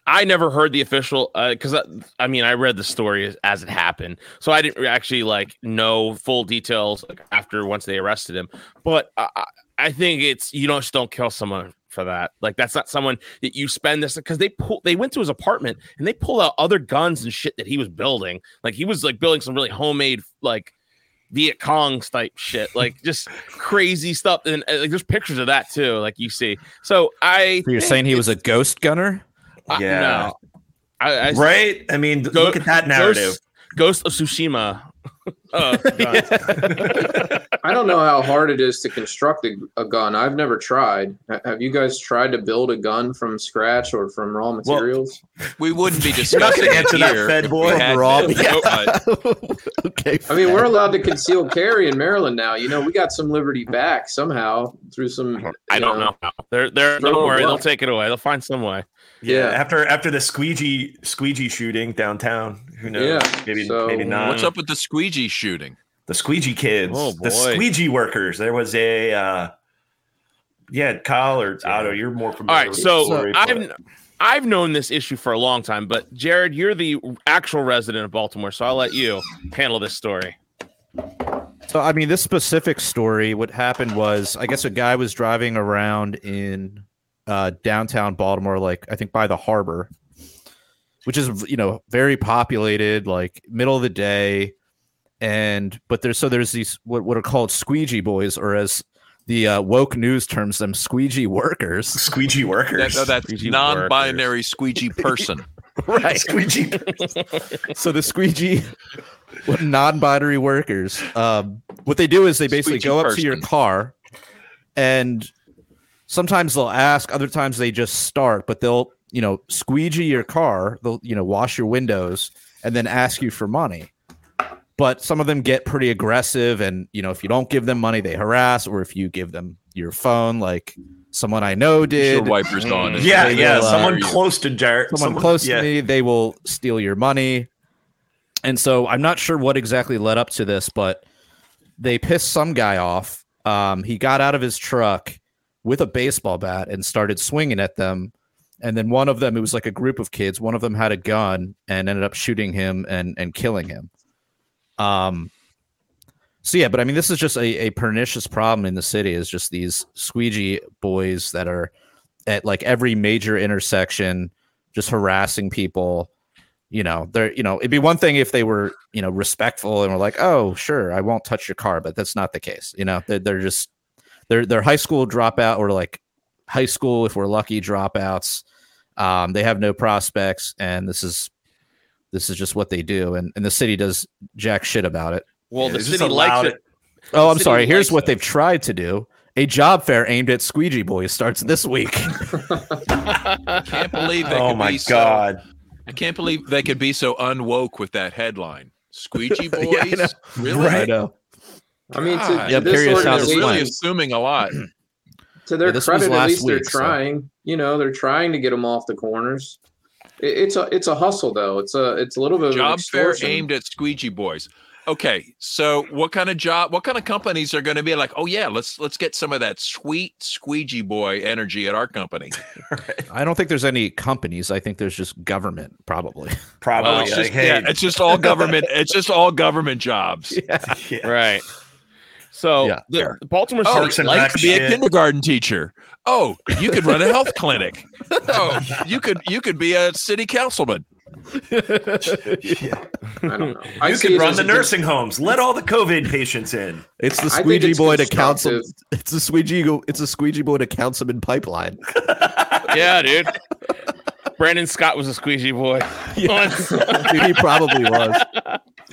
I never heard the official because I, I mean I read the story as, as it happened, so I didn't actually like know full details like, after once they arrested him. But I, I- I think it's you don't just don't kill someone for that. Like that's not someone that you spend this because they pull they went to his apartment and they pulled out other guns and shit that he was building. Like he was like building some really homemade like Viet Cong type shit, like just crazy stuff. And uh, like there's pictures of that too, like you see. So I So you're think saying he was a ghost gunner? I- Yeah. no. I, I right? I mean, th- Go- look at that narrative. Ghost, Ghost of Tsushima. oh, I don't know how hard it is to construct a, a gun. I've never tried. Ha- Have you guys tried to build a gun from scratch or from raw materials? We wouldn't be discussing gonna it answer that, here Fed if boy. we had Rob. to. Yeah. But okay. I mean, we're allowed to conceal carry in Maryland now. You know, we got some liberty back somehow through some. I you don't know. how. They're they're don't worry, work. they'll take it away. They'll find some way. Yeah. After after the squeegee squeegee shooting downtown, who knows? Yeah, Maybe so- maybe not. What's up with the squeegee shooting? the squeegee kids, Oh, the boy. squeegee workers. There was a uh, yeah, Kyle or Otto. You're more familiar. All right, with so the story, I've but- I've known this issue for a long time, but Jared, you're the actual resident of Baltimore, so I'll let you handle this story. So, I mean, this specific story, what happened was, I guess a guy was driving around in uh, downtown Baltimore, like I think by the harbor, which is, you know, very populated, like middle of the day. And, but there's, so there's these, what, what are called squeegee boys, or as the uh, woke news terms them, squeegee workers. squeegee workers. That, no, that's Squeegee non-binary squeegee person. Right. squeegee. so the squeegee non-binary workers um, what they do is they basically Squeegee go up to your person. car and sometimes they'll ask other times they just start but they'll you know squeegee your car they'll you know wash your windows and then ask you for money but some of them get pretty aggressive and you know if you don't give them money they harass or if you give them your phone like someone i know Your did wipers Mm. on. yeah, They yeah. will, uh, someone close to Jared. someone, close yeah. to me, they will steal your money. And so I'm not sure what exactly led up to this, but they pissed some guy off. Um, he got out of his truck with a baseball bat and started swinging at them. And then one of them, it was like a group of kids, one of them had a gun and ended up shooting him and, and killing him. Um, so yeah, but I mean, this is just a, a pernicious problem in the city is just these squeegee boys that are at like every major intersection just harassing people you know they're you know it'd be one thing if they were you know respectful and were like oh sure i won't touch your car but that's not the case you know they're, they're just they're they're high school dropout or like high school if we're lucky dropouts um, they have no prospects and this is this is just what they do and, and the city does jack shit about it Well, Yeah, the it's just city likes allowed- it. oh The i'm city sorry here's likes what it. they've tried to do a job fair aimed at squeegee boys starts this week I can't believe they Oh could my be so- god. I can't believe they could be so unwoke with that headline. Squeegee boys, Yeah, I know. really? i know I mean, to, God. to Yeah, this period sounds organization, really blank. assuming a lot. to their Yeah, this was credit, at last least they're week, so- trying. You know, they're trying to get them off the corners. It, it's a it's a hustle though. It's a it's a little bit of an Job fair extortion. aimed at squeegee boys. okay so what kind of job what kind of companies are going to be like oh yeah let's let's get some of that sweet squeegee boy energy at our company I don't think there's any companies. I think there's just government, probably. Probably Well, it's like, just, Oh, hey, yeah, it's just all government it's just all government jobs yeah. right. So Yeah, the, fair. the Baltimore Oh, City Parks and Lights- Rec could be a shit. kindergarten teacher oh you could run a health clinic oh you could you could be a city councilman I don't know. I You see can it run as the a good- nursing homes. Let all the COVID patients in. It's the I think squeegee it's boy to council. constructive. It's a squeegee. It's a squeegee boy to councilman pipeline. yeah, dude. Brandon Scott was a squeegee boy. Once. Dude, he probably was.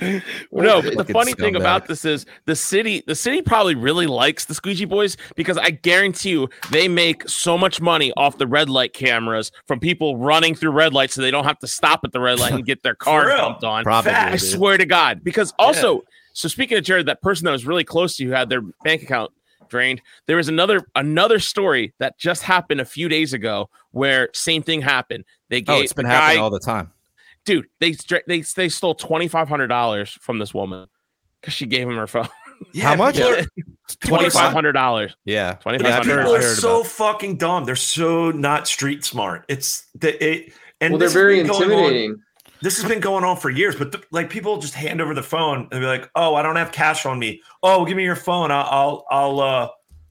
no, but the Fucking funny thing scumbag. about this is the city. The city probably really likes the squeegee boys because I guarantee you they make so much money off the red light cameras from people running through red lights, so they don't have to stop at the red light and get their car real. dumped on. Probably. I Facts. dude. swear to God. Because also, so speaking of Jared, that person that was really close to you who had their bank account drained. There was another another story that just happened a few days ago where same thing happened. They gave Oh, it's been the happening guy- all the time. dude. They stra- they they stole twenty five hundred dollars from this woman because she gave him her phone. How much? people are- Twenty five 25. hundred dollars. Yeah. Twenty-five yeah I've hundred heard, People I are heard so about. fucking dumb. They're so not street smart. It's the it. And Well, they're this has very been going on- intimidating. this has been going on for years, but th- like people just hand over the phone and be like, "Oh, I don't have cash on me. Oh, give me your phone. I'll I'll I'll, uh,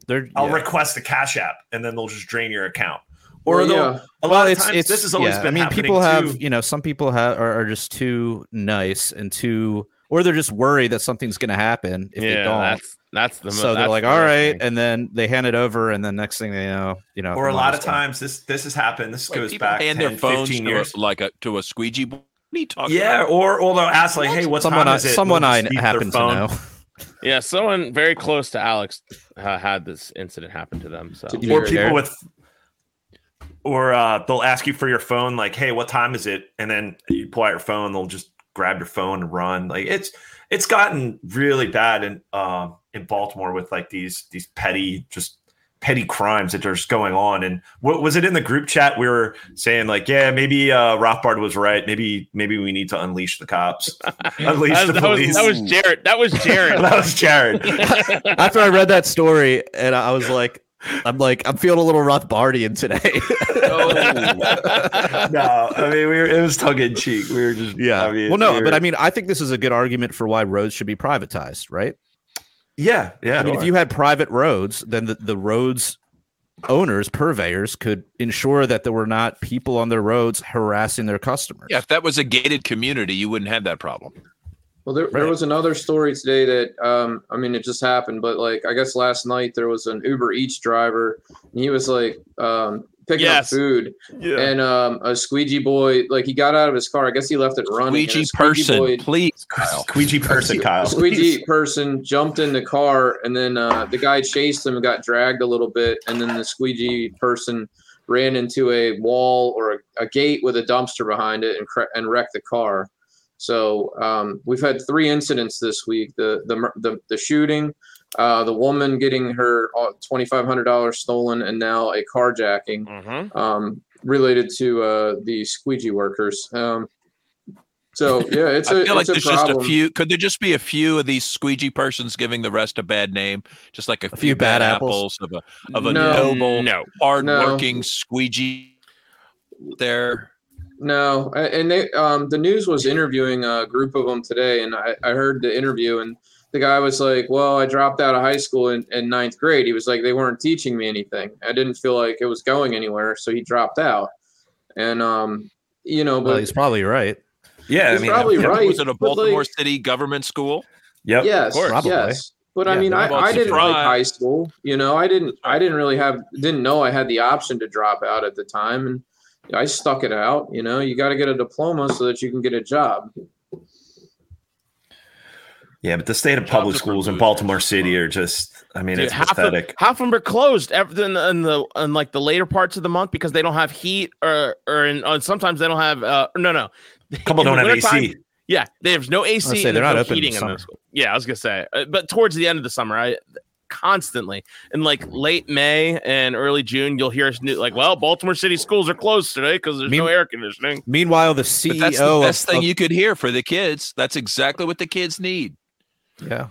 They're, I'll yeah. request the cash app, and then they'll just drain your account." Or Well, they'll, yeah. a lot well, of it's times it's this has always yeah, been. I mean, happening people have too. you know some people have are, are just too nice and too, or they're just worried that something's going to happen if they Yeah, don't. that's that's the. mo- so they're that's like, the all worst right, thing. and then they hand it over, and then next thing they know, you know, or the a lot money's of gone. times this this has happened. This Like, goes people back hand 10, their phones 15 to a- years. like a to a squeegee boy what are you talking Yeah, about? or or they'll ask like, "Hey, what's someone time I, is it?" someone They'll I just beep their happen to phone. know. yeah, someone very close to Alex uh, had this incident happen to them. So To- You or hear people Jared? with or uh, they'll ask you for your phone like hey what time is it and then you pull out your phone they'll just grab your phone and run like it's it's gotten really bad in um in baltimore with like these these petty just petty crimes that are just going on and what was it in the group chat we were saying like yeah maybe uh rothbard was right maybe maybe we need to unleash the cops unleash that, the that was police that was Jared. That was Jared. that was jared After I read that story, and I was like, I'm like, I'm feeling a little Rothbardian today. no i mean we were, it was tongue-in-cheek we were just yeah. I mean, well, no, we but were- I mean, I think this is a good argument for why roads should be privatized, right? Yeah, yeah. I mean, if you had private roads, then the, the roads owners, purveyors, could ensure that there were not people on their roads harassing their customers. yeah if that was a gated community you wouldn't have that problem Well, there, there Right. was another story today that um, I mean, it just happened, but like I guess last night there was an Uber Eats driver, and he was like um, picking Yes. up food, and um, a squeegee boy, like he got out of his car. I guess he left it running. and a squeegee person boy- please Oh, Kyle. squeegee person, Kyle. a squeegee person jumped in the car, and then uh, the guy chased him and got dragged a little bit, and then the squeegee person ran into a wall or a, a gate with a dumpster behind it and cra- and wrecked the car. So um, we've had three incidents this week: the the mur- the, the shooting, uh, the woman getting her twenty five hundred dollars stolen, and now a carjacking Mhm. Mm-hmm. um, related to uh, the squeegee workers. Um, so yeah, it's a I feel like it's there's a problem. just a few. Could there just be a few of these squeegee persons giving the rest a bad name? Just like a, few bad apples. of a of a No. noble, No. hardworking squeegee. There, No, a- and they um, the news was interviewing a group of them today, and I, I heard the interview, and the guy was like, "Well, I dropped out of high school in, in ninth grade." He was like, "They weren't teaching me anything. I didn't feel like it was going anywhere, so he dropped out." And um, you know, but Well, he's probably right. yeah, he's probably right. was it a but, like, Baltimore City government school? Yep. yes, course. Probably. yes. But I Yeah, mean, I, well, I didn't like surprise. high school. You know, I didn't I didn't really have didn't know I had the option to drop out at the time, and I stuck it out. You know, you got to get a diploma so that you can get a job. Yeah, but the state of Jobs public are schools in losers. Baltimore City are just, I mean, Dude, it's half pathetic. Of, half of them are closed ev- in, the- in the in like the later parts of the month because they don't have heat or or in, or sometimes they don't have uh no no. Couple in the don't have wintertime, AC. Yeah, there's no AC. say and there's they're not no open in the heating in summer. this- Yeah, I was gonna say, uh, but towards the end of the summer, I constantly in like late May and early June, you'll hear us new, like, well, Baltimore City schools are closed today because there's no Mean- air conditioning. Meanwhile, the But CEO that's the E of- best of thing you could hear for the kids. That's exactly what the kids need. Yeah.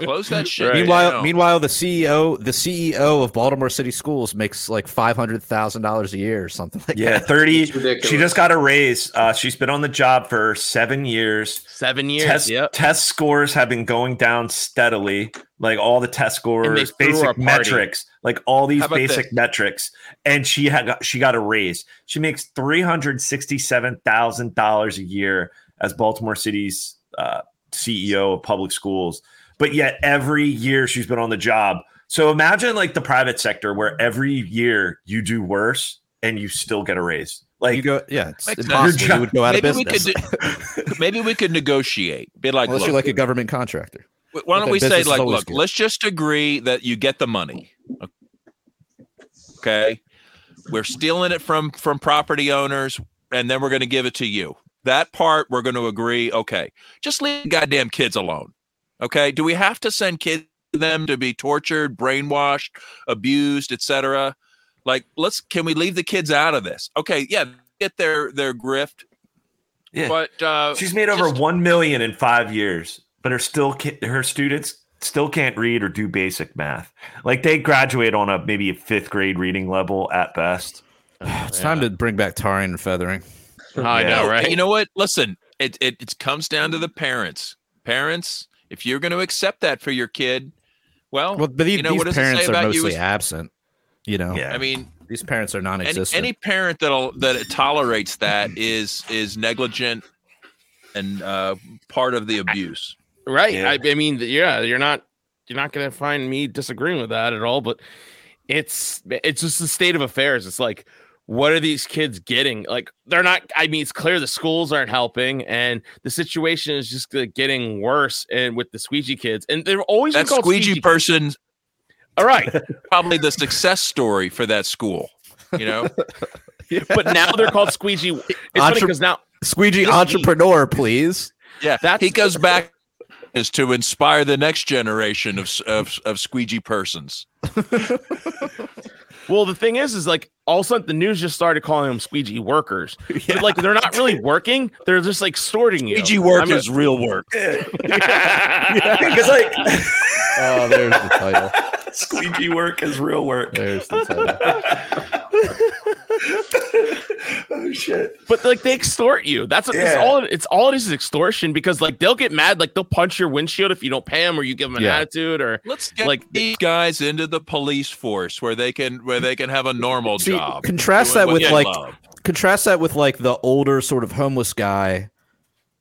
Close that shit. Meanwhile, down. meanwhile, the CEO, the CEO of Baltimore City Schools makes like five hundred thousand dollars a year or something like Yeah, that. thirty. It's ridiculous. She just got a raise. Uh, she's been on the job for seven years. Seven years. Test yep. test scores have been going down steadily. Like all the test they scores, threw her a basic party. metrics, like all these How about basic metrics, and she had got, she got a raise. She makes three hundred sixty seven thousand dollars a year as Baltimore City's uh, CEO of public schools. But yet every year she's been on the job. So imagine like the private sector where every year you do worse and you still get a raise. Like you go. Yeah, it's Makes sense. impossible. Your You would go out of maybe we business could do- maybe we could negotiate. Be like, unless look, you're like a government contractor. why don't okay, we say business is like, always look, good. let's just agree that you get the money. Okay, we're stealing it from from property owners, and then we're going to give it to you. That part we're going to agree. Okay, just leave the goddamn kids alone. Okay, do we have to send kids them to be tortured, brainwashed, abused, etc.? Like, let's can we leave the kids out of this? Okay, yeah, get their their grift. Yeah. But uh, She's made over Just- one million in five years, but her still ca- her students still can't read or do basic math. Like they graduate on a maybe a fifth grade reading level at best. It's time to bring back tarring and feathering. Oh, I Yeah. know, right? You know what? Listen, it, it it comes down to the parents. Parents, if you're going to accept that for your kid, well, Well, but the, Oh, you know, what these does it say parents are about you mostly as- absent. You know, Yeah, I mean, these parents are any, non-existent. any parent that'll that tolerates that is is negligent and uh, part of the abuse. right. Yeah. I, I mean, th- yeah, you're not you're not gonna find me disagreeing with that at all. But it's it's just the state of affairs. It's like, what are these kids getting? Like, they're not. I mean, it's clear the schools aren't helping, and the situation is just like, getting worse. And with the squeegee kids, and they're always been That called squeegee kids. person, All right, probably the success story for that school. You know, but now they're called squeegee. It's funny Entre- because now Squeegee Just eat. entrepreneur, please. yeah, That's- he goes back is to inspire the next generation of s- of, of squeegee persons. Well, the thing is, is like all of a sudden the news just started calling them squeegee workers. But like they're not really working; they're just like sorting you. Squeegee work is real work. because like Oh, there's the title. squeegee work is real work. There's the title. oh shit! but like they extort you. That's what it's Yeah. all. It's all it is is extortion because like they'll get mad, like they'll punch your windshield if you don't pay them or you give them an Yeah. attitude or Let's get Like- like these guys into the police force where they can where they can have a normal See, job. contrast doing that what with they like love. contrast that with like the older sort of homeless guy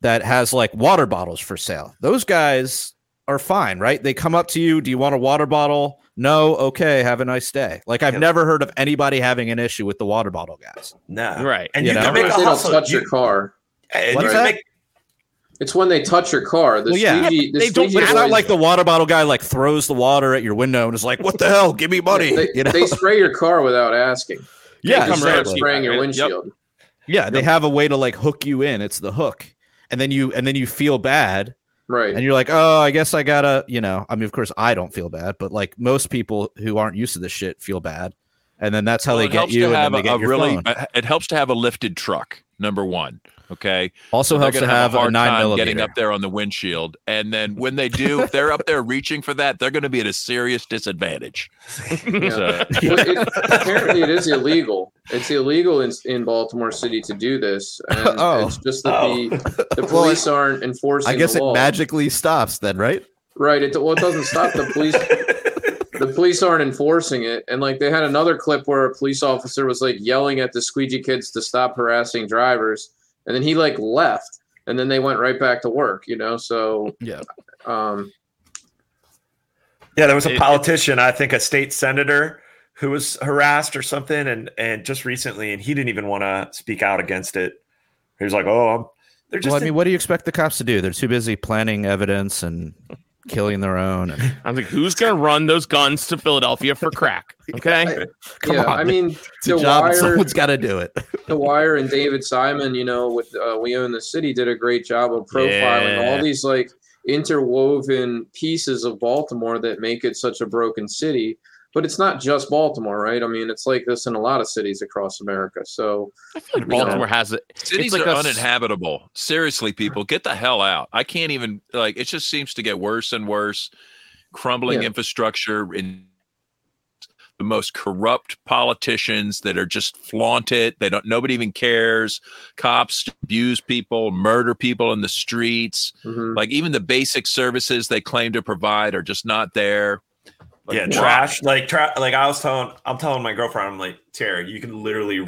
that has like water bottles for sale. Those guys are fine, right? They come up to you, do you want a water bottle? No, okay, have a nice day. Like I've never heard of anybody having an issue with the water bottle guys. No, Right. And You you, know? can make a they don't hustle. touch You- your car. and you What's can that? make- It's when they touch your car. The Well, yeah. squeegee, the They don't- squeegee But it's not boys- like the water bottle guy like throws the water at your window and is like, "What the hell? Give me money!" They, you know? they spray your car without asking. yeah, they come start right up exactly. to you. spraying your Yep. windshield. yeah. They have a way to like hook you in. It's the hook, and then you and then you feel bad, and Right. you're like, "Oh, I guess I gotta," you know. I mean, of course, I don't feel bad, but like most people who aren't used to this shit feel bad, and then that's how Well, they it get helps you. to And then have they a, get a your really phone. a- it helps to have a lifted truck. Number one, okay. Also They're helps to gonna have, a hard nine time millimeter. getting up there on the windshield, and then when they do, if they're up there reaching for that, they're going to be at a serious disadvantage. Yeah. So, Well, it, apparently, it is illegal. It's illegal in, in Baltimore City to do this. And Oh. It's just that the, the Well, police aren't enforcing. I guess the it law. magically stops then, right? Right. It, well, it doesn't stop the police. the police aren't enforcing it, and like they had another clip where a police officer was like yelling at the squeegee kids to stop harassing drivers, and then he like left, and then they went right back to work. You know, so Yeah. um, Yeah, there was It- a it- politician, I think a state senator, who was harassed or something, and and just recently, and he didn't even want to speak out against it. He was like, "Oh, I'm, they're just Well, I mean, what do you expect the cops to do? They're too busy planning evidence and killing their own. and- I'm like, who's gonna run those guns to Philadelphia for crack? Okay, Come yeah. on, I mean, It's the a job. and wire, Someone's got to do it. the wire, and David Simon, you know, with uh, We Own the City, did a great job of profiling Yeah. all these like interwoven pieces of Baltimore that make it such a broken city. But it's not just Baltimore, right? I mean, it's like this in a lot of cities across America. So I feel like Baltimore has it. Cities like are a s- uninhabitable. Seriously, people, get the hell out. I can't even like it just seems to get worse and worse. Crumbling Yeah. infrastructure in the most corrupt politicians that are just flaunted. They don't nobody even cares. Cops abuse people, murder people in the streets. mhm. Like even the basic services they claim to provide are just not there. yeah, trash. Like, tra- like I was telling, I'm telling my girlfriend, I'm like, Tara, you can literally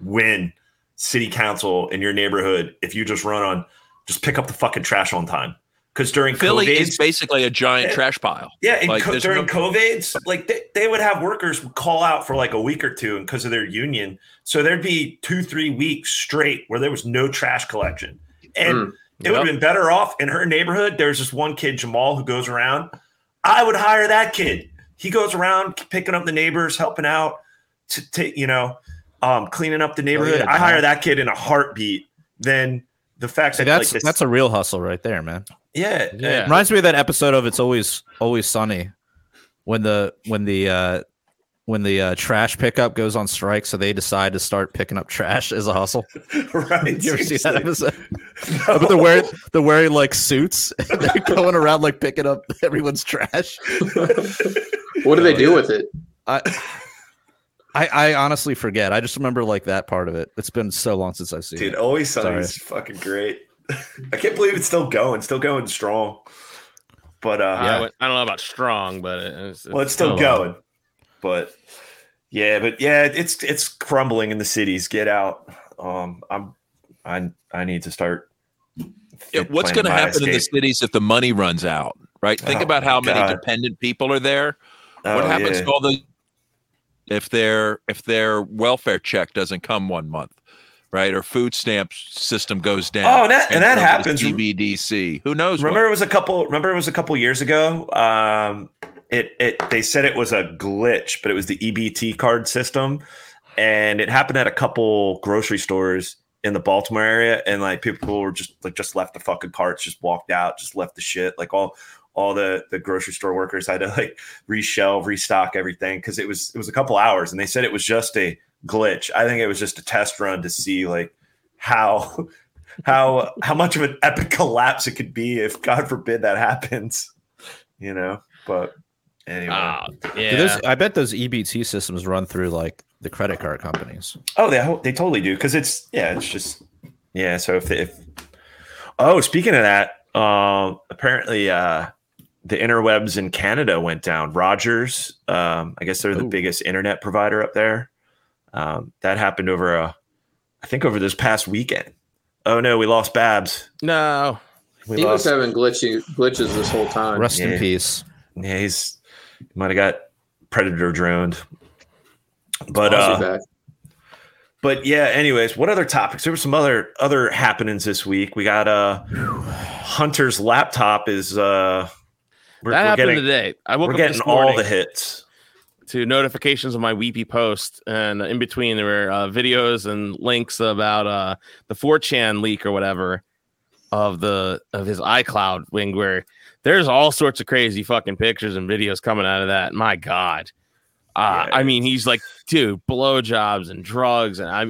win city council in your neighborhood if you just run on, just pick up the fucking trash on time. Because during Philly COVID, is basically a giant trash pile. yeah, and like, co- there's during no- COVIDs, like they, they would have workers call out for like a week or two, and because of their union, so there'd be two, three weeks straight where there was no trash collection, and Mm. it would have been better off in her neighborhood. There's this one kid, Jamal, who goes around. I would hire that kid. He goes around picking up the neighbors, helping out, to, to you know, um, cleaning up the neighborhood. yeah, I hire Jamal. that kid in a heartbeat. Then the fact See, that that's like this, that's a real hustle right there, man. yeah, Yeah. Reminds me of that episode of It's Always Always Sunny when the when the uh when the uh, trash pickup goes on strike, so they decide to start picking up trash as a hustle. right. Did you ever see that seriously. episode? Oh, But they're wearing they're wearing like suits. they're going around like picking up everyone's trash. what do they do with it? I, I I honestly forget. I just remember like that part of it. It's been so long since I've seen Dude, it. always sunny is fucking great. I can't believe it's still going, still going strong. But uh I, would- I don't know about strong, but it- it's, well, it's still Oh, going. But yeah, but yeah, it's it's crumbling in the cities. Get out. Um I'm I I need to start. Yeah, what's planning going to my happen in the escape. cities if the money runs out? Right. Think Oh, about how God. many dependent people are there. what Oh, happens yeah. to all the if their if their welfare check doesn't come one month, right? Or food stamps system goes down. Oh, and that- and that goes happens. to CBDC. Who knows? what- Remember, it was a couple. Remember, it was a couple years ago. Um, it it they said it was a glitch, but it was the EBT card system, and it happened at a couple grocery stores in the Baltimore area, and like people were just like just left the fucking carts, just walked out, just left the shit. Like all all the the grocery store workers had to like reshelve, restock everything because it was it was a couple hours, and they said it was just a glitch. I think it was just a test run to see like how how how much of an epic collapse it could be if God forbid that happens. You know, but anyway. Ah, oh, Dude, yeah. those- I bet those EBT systems run through like the credit card companies. oh, they ho- they totally do because it's yeah, it's just yeah. So if if oh, speaking of that, um, apparently uh, the interwebs in Canada went down. Rogers, um, I guess they're the Ooh. biggest internet provider up there. Um, that happened over a, I think over this past weekend. Oh no, we lost Babs. No. We He was lost. having glitchy glitches this whole time. Rest Oh, Yeah. in peace. Yeah, he's might have got predator droned. But I'll be uh, back. but yeah. Anyways, what other topics? There were some other other happenings this week. We got uh Hunter's laptop is uh we're, that we're happened getting today. I woke we're up getting this all morning the hits. to notifications of my weepy post, and in between there were uh, videos and links about uh, the 4chan leak or whatever of the of his iCloud wing where there's all sorts of crazy fucking pictures and videos coming out of that. My God, uh, Yeah. I mean, he's like, dude, blowjobs and drugs, and I.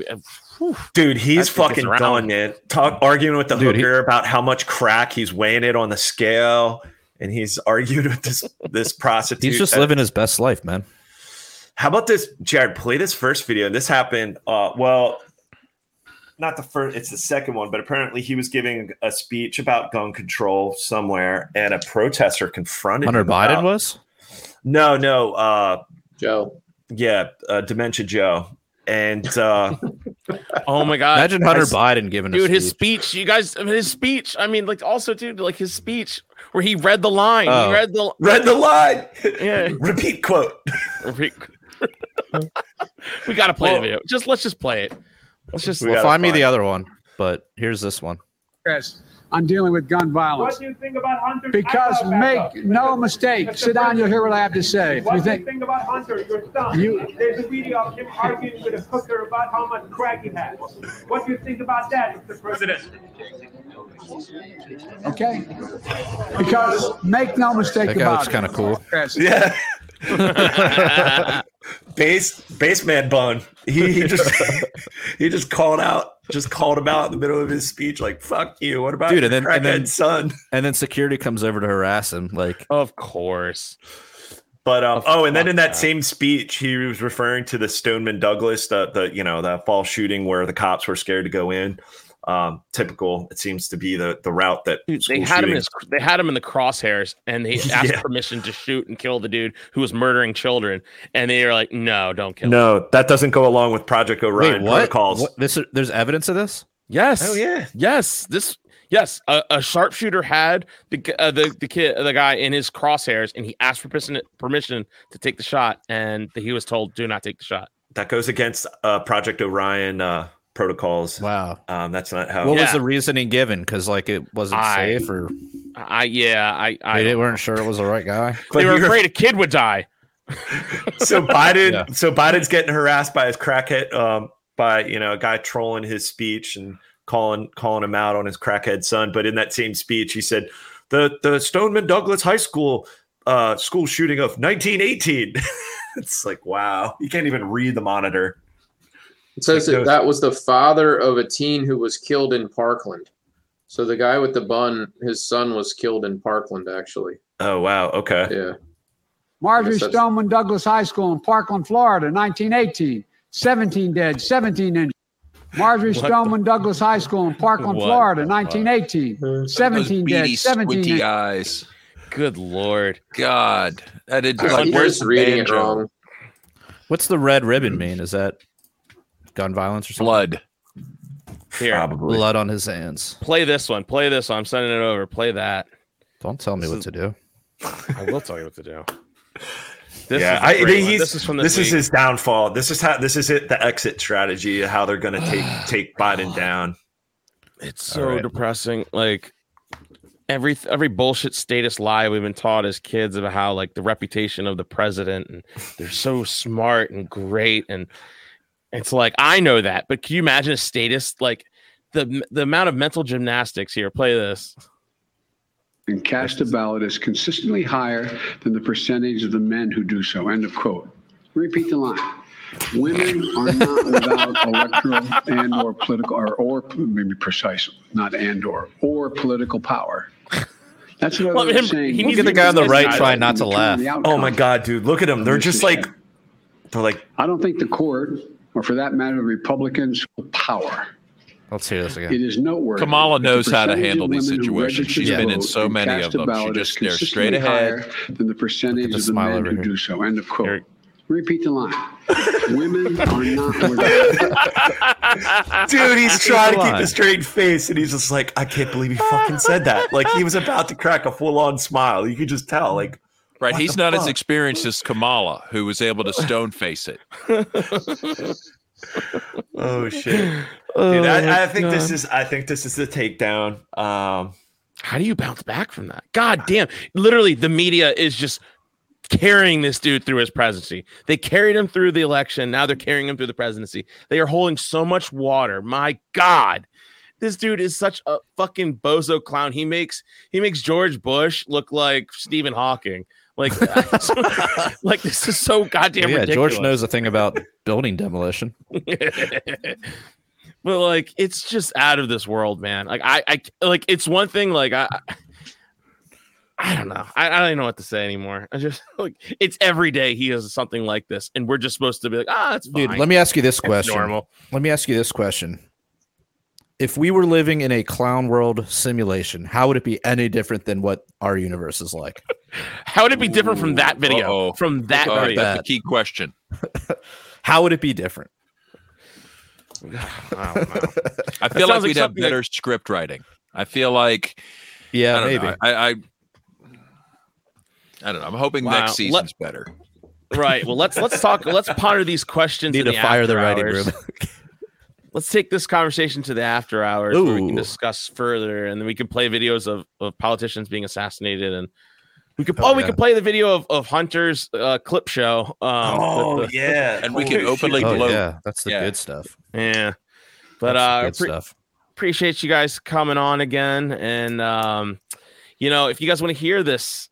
whew. Dude, That he's thing is fucking round. done, man. Talk arguing with the Dude, he- hooker about how much crack he's weighing it on the scale, and he's argued with this this prostitute. He's just Uh, living his best life, man. How about this, Jared? Play this first video. This happened. Uh, well, not the first. It's the second one. But apparently, he was giving a speech about gun control somewhere, and a protester confronted Hunter him Biden about- was. No, no. Uh, Joe. yeah, uh, dementia Joe, and uh, Oh my God, Imagine Hunter I s- Biden giving a dude, his speech. speech. You guys, I mean, his speech. I mean, like also, dude, like his speech where he read the line. Oh. He read the read the line. yeah. Repeat quote. we gotta play Well- the video. Just let's just play it. Let's just. We Well, gotta find me the find- other one, but here's this one. Congress on dealing with gun violence. What do you think about Hunter? Because I thought about make that. no Mr. mistake, Mr. sit down, you'll President, hear what I have to say. If What you do you think, think about Hunter, your son? You- There's a video of him arguing with a hooker about how much crack he has. What do you think about that, Mr. President? okay? Because make no mistake That guy about looks it. kinda cool. Congress, Yeah, Base baseman bun. He, he just he just called out, just called him out in the middle of his speech, like "fuck you." What about Dude, your and then- and crackhead then- son? and then security comes over to harass him. Like, of course. But um, oh, and then fuck in that that. same speech, he was referring to the Stoneman Douglas, the the you know the fall shooting where the cops were scared to go in. Um, typical. It seems to be the the route that Dude, they school had him in shootings- his, they had him in the crosshairs and they asked Yeah. permission to shoot and kill the dude who was murdering children and they were like no don't kill him. No, that doesn't go along with Project wait, Orion what? protocols. what? This there's evidence of this. yes Oh yeah, yes this yes a, a sharpshooter had the g- uh, the the kid the guy in his crosshairs and he asked for permission, permission to take the shot and he was told do not take the shot that goes against uh, Project Orion uh, protocols. Wow. Um, that's not how. What Oh. Yeah. was the reasoning given? Because like it wasn't I- safe, or I yeah I I they didn't- weren't sure it was the right guy. But they were you're- afraid a kid would die so Biden, Yeah. so Biden's getting harassed by his crackhead, um, by you know a guy trolling his speech and calling calling him out on his crackhead son. But in that same speech, he said the the Stoneman Douglas High School uh, school shooting of 1918. it's like wow, you can't even read the monitor. It says Like that those- that was the father of a teen who was killed in Parkland. So the guy with the bun, his son was killed in Parkland, actually. Oh wow, okay. Yeah. Marjorie Yes, that's- Stoneman Douglas High School in Parkland, Florida, 1918. 17 dead, 17 injured. Marjorie Stoneman Douglas High School in Parkland, What Florida, the 1918. Those 17 beady, dead, 17 squinty injured. eyes. good lord God, that is I like think where's he's the reading it banjo? wrong. What's the red ribbon mean? Is that gun violence or something? Blood. here Probably. Blood on his hands. play this one play this one I'm sending it over play that Don't tell me what to do. I will tell you what to do. This yeah, is I, a great he's, one. this is from this, this is week. his downfall. This is how this is it. The exit strategy, how they're going to take take Oh Biden down. It's so Alright. depressing. Like every every bullshit status lie we've been taught as kids about how like the reputation of the president and they're so smart and great and it's like I know that, but can you imagine a status like the the amount of mental gymnastics here? Play this. and cast a ballot is consistently higher than the percentage of the men who do so. End of quote. Repeat the line. Women are not without electoral and or political or, or maybe precise, not and or or political power. That's what Well, I him- was saying. he needs to get the guy on the right trying not to laugh. Oh my God, dude! Look at them. They're just like they're like I don't think the court, or for that matter, the Republicans, will power. Let's hear this again. It is noteworthy. Kamala that the knows how to percentage of handle these women who situations. register She's to been in vote so and many cast of them. a She ballot just is stares consistently straight ahead. higher Than the percentage the of the smile men over who here. do so. End of quote. Here- Repeat the line. Women are not. without- dude he's trying to keep line. a straight face and he's just like i can't believe he fucking said that like he was about to crack a full-on smile you could just tell like Right. What He's the not as fuck? experienced as Kamala, who was able to stone face it. oh shit dude I, I think Oh, this is i think this is the takedown um How do you bounce back from that? Ah. God damn. Literally, the media is just carrying this dude through his presidency. They carried him through the election. Now they're carrying him through the presidency. They are holding so much water. My God. This dude is such a fucking bozo clown. He makes he makes George Bush look like Stephen Hawking. Like, like this is so goddamn yeah, ridiculous. George knows a thing about building demolition. but like it's just out of this world man like i i like it's one thing like i I- i don't know i, I don't even know what to say anymore i just like it's every day he has something like this and we're just supposed to be like ah it's fine. Dude, let me ask you this It's question. normal Let me ask you this question. If we were living in a clown world simulation, how would it be any different than what our universe is like? how would it be different from that video uh-oh. from that All right, video that's the key question. How would it be different? I don't know. I feel like sounds like we'd have something that- better script writing. I feel like I Yeah, don't maybe. know. I, I I don't know. I'm hoping Wow. next season's better. right well let's let's talk let's ponder these questions Need in to fire the after writing hours. room. let's take this conversation to the after hours where we can Ooh. discuss further and then we can play videos of, of politicians being assassinated and we could Oh, oh, we yeah. could play the video of, of hunter's uh, clip show um oh with the- yeah And we can Holy shit. openly oh gloat. yeah, that's the Yeah. good stuff. yeah but That's the uh good pre- stuff. appreciate you guys coming on again and um you know if you guys want to hear this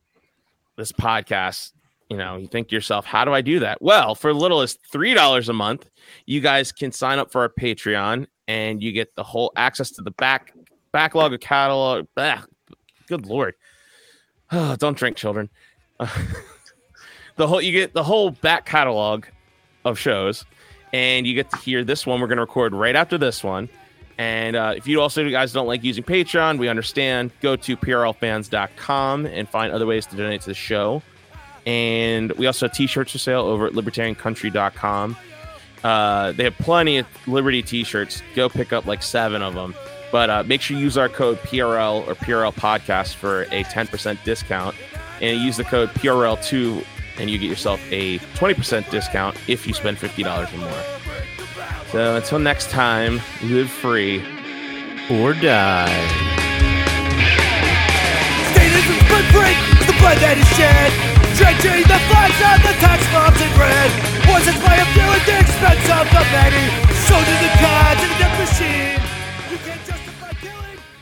this podcast you know, you think to yourself, how do I do that? Well, for little as three dollars a month, you guys can sign up for our Patreon and you get the whole access to the back backlog of catalog. blah, good lord. Oh, don't drink, children. the whole you get the whole back catalog of shows, and you get to hear this one. We're gonna record right after this one. And uh, if you also you guys don't like using Patreon, we understand. Go to prlfans.com and find other ways to donate to the show. And we also have t-shirts for sale over at libertariancountry.com. Uh, they have plenty of Liberty t-shirts. Go pick up like seven of them. But uh, make sure you use our code PRL or PRL Podcast for a 10% discount. And use the code PRL2 and you get yourself a 20% discount if you spend $50 or more. So until next time, live free Or die. Statism's footprint is the blood that is shed. Drenching the flags of the tax mobs in red. Was it by a few at the expense of the many? Soldiers and gods in the death machine. You can't justify killing.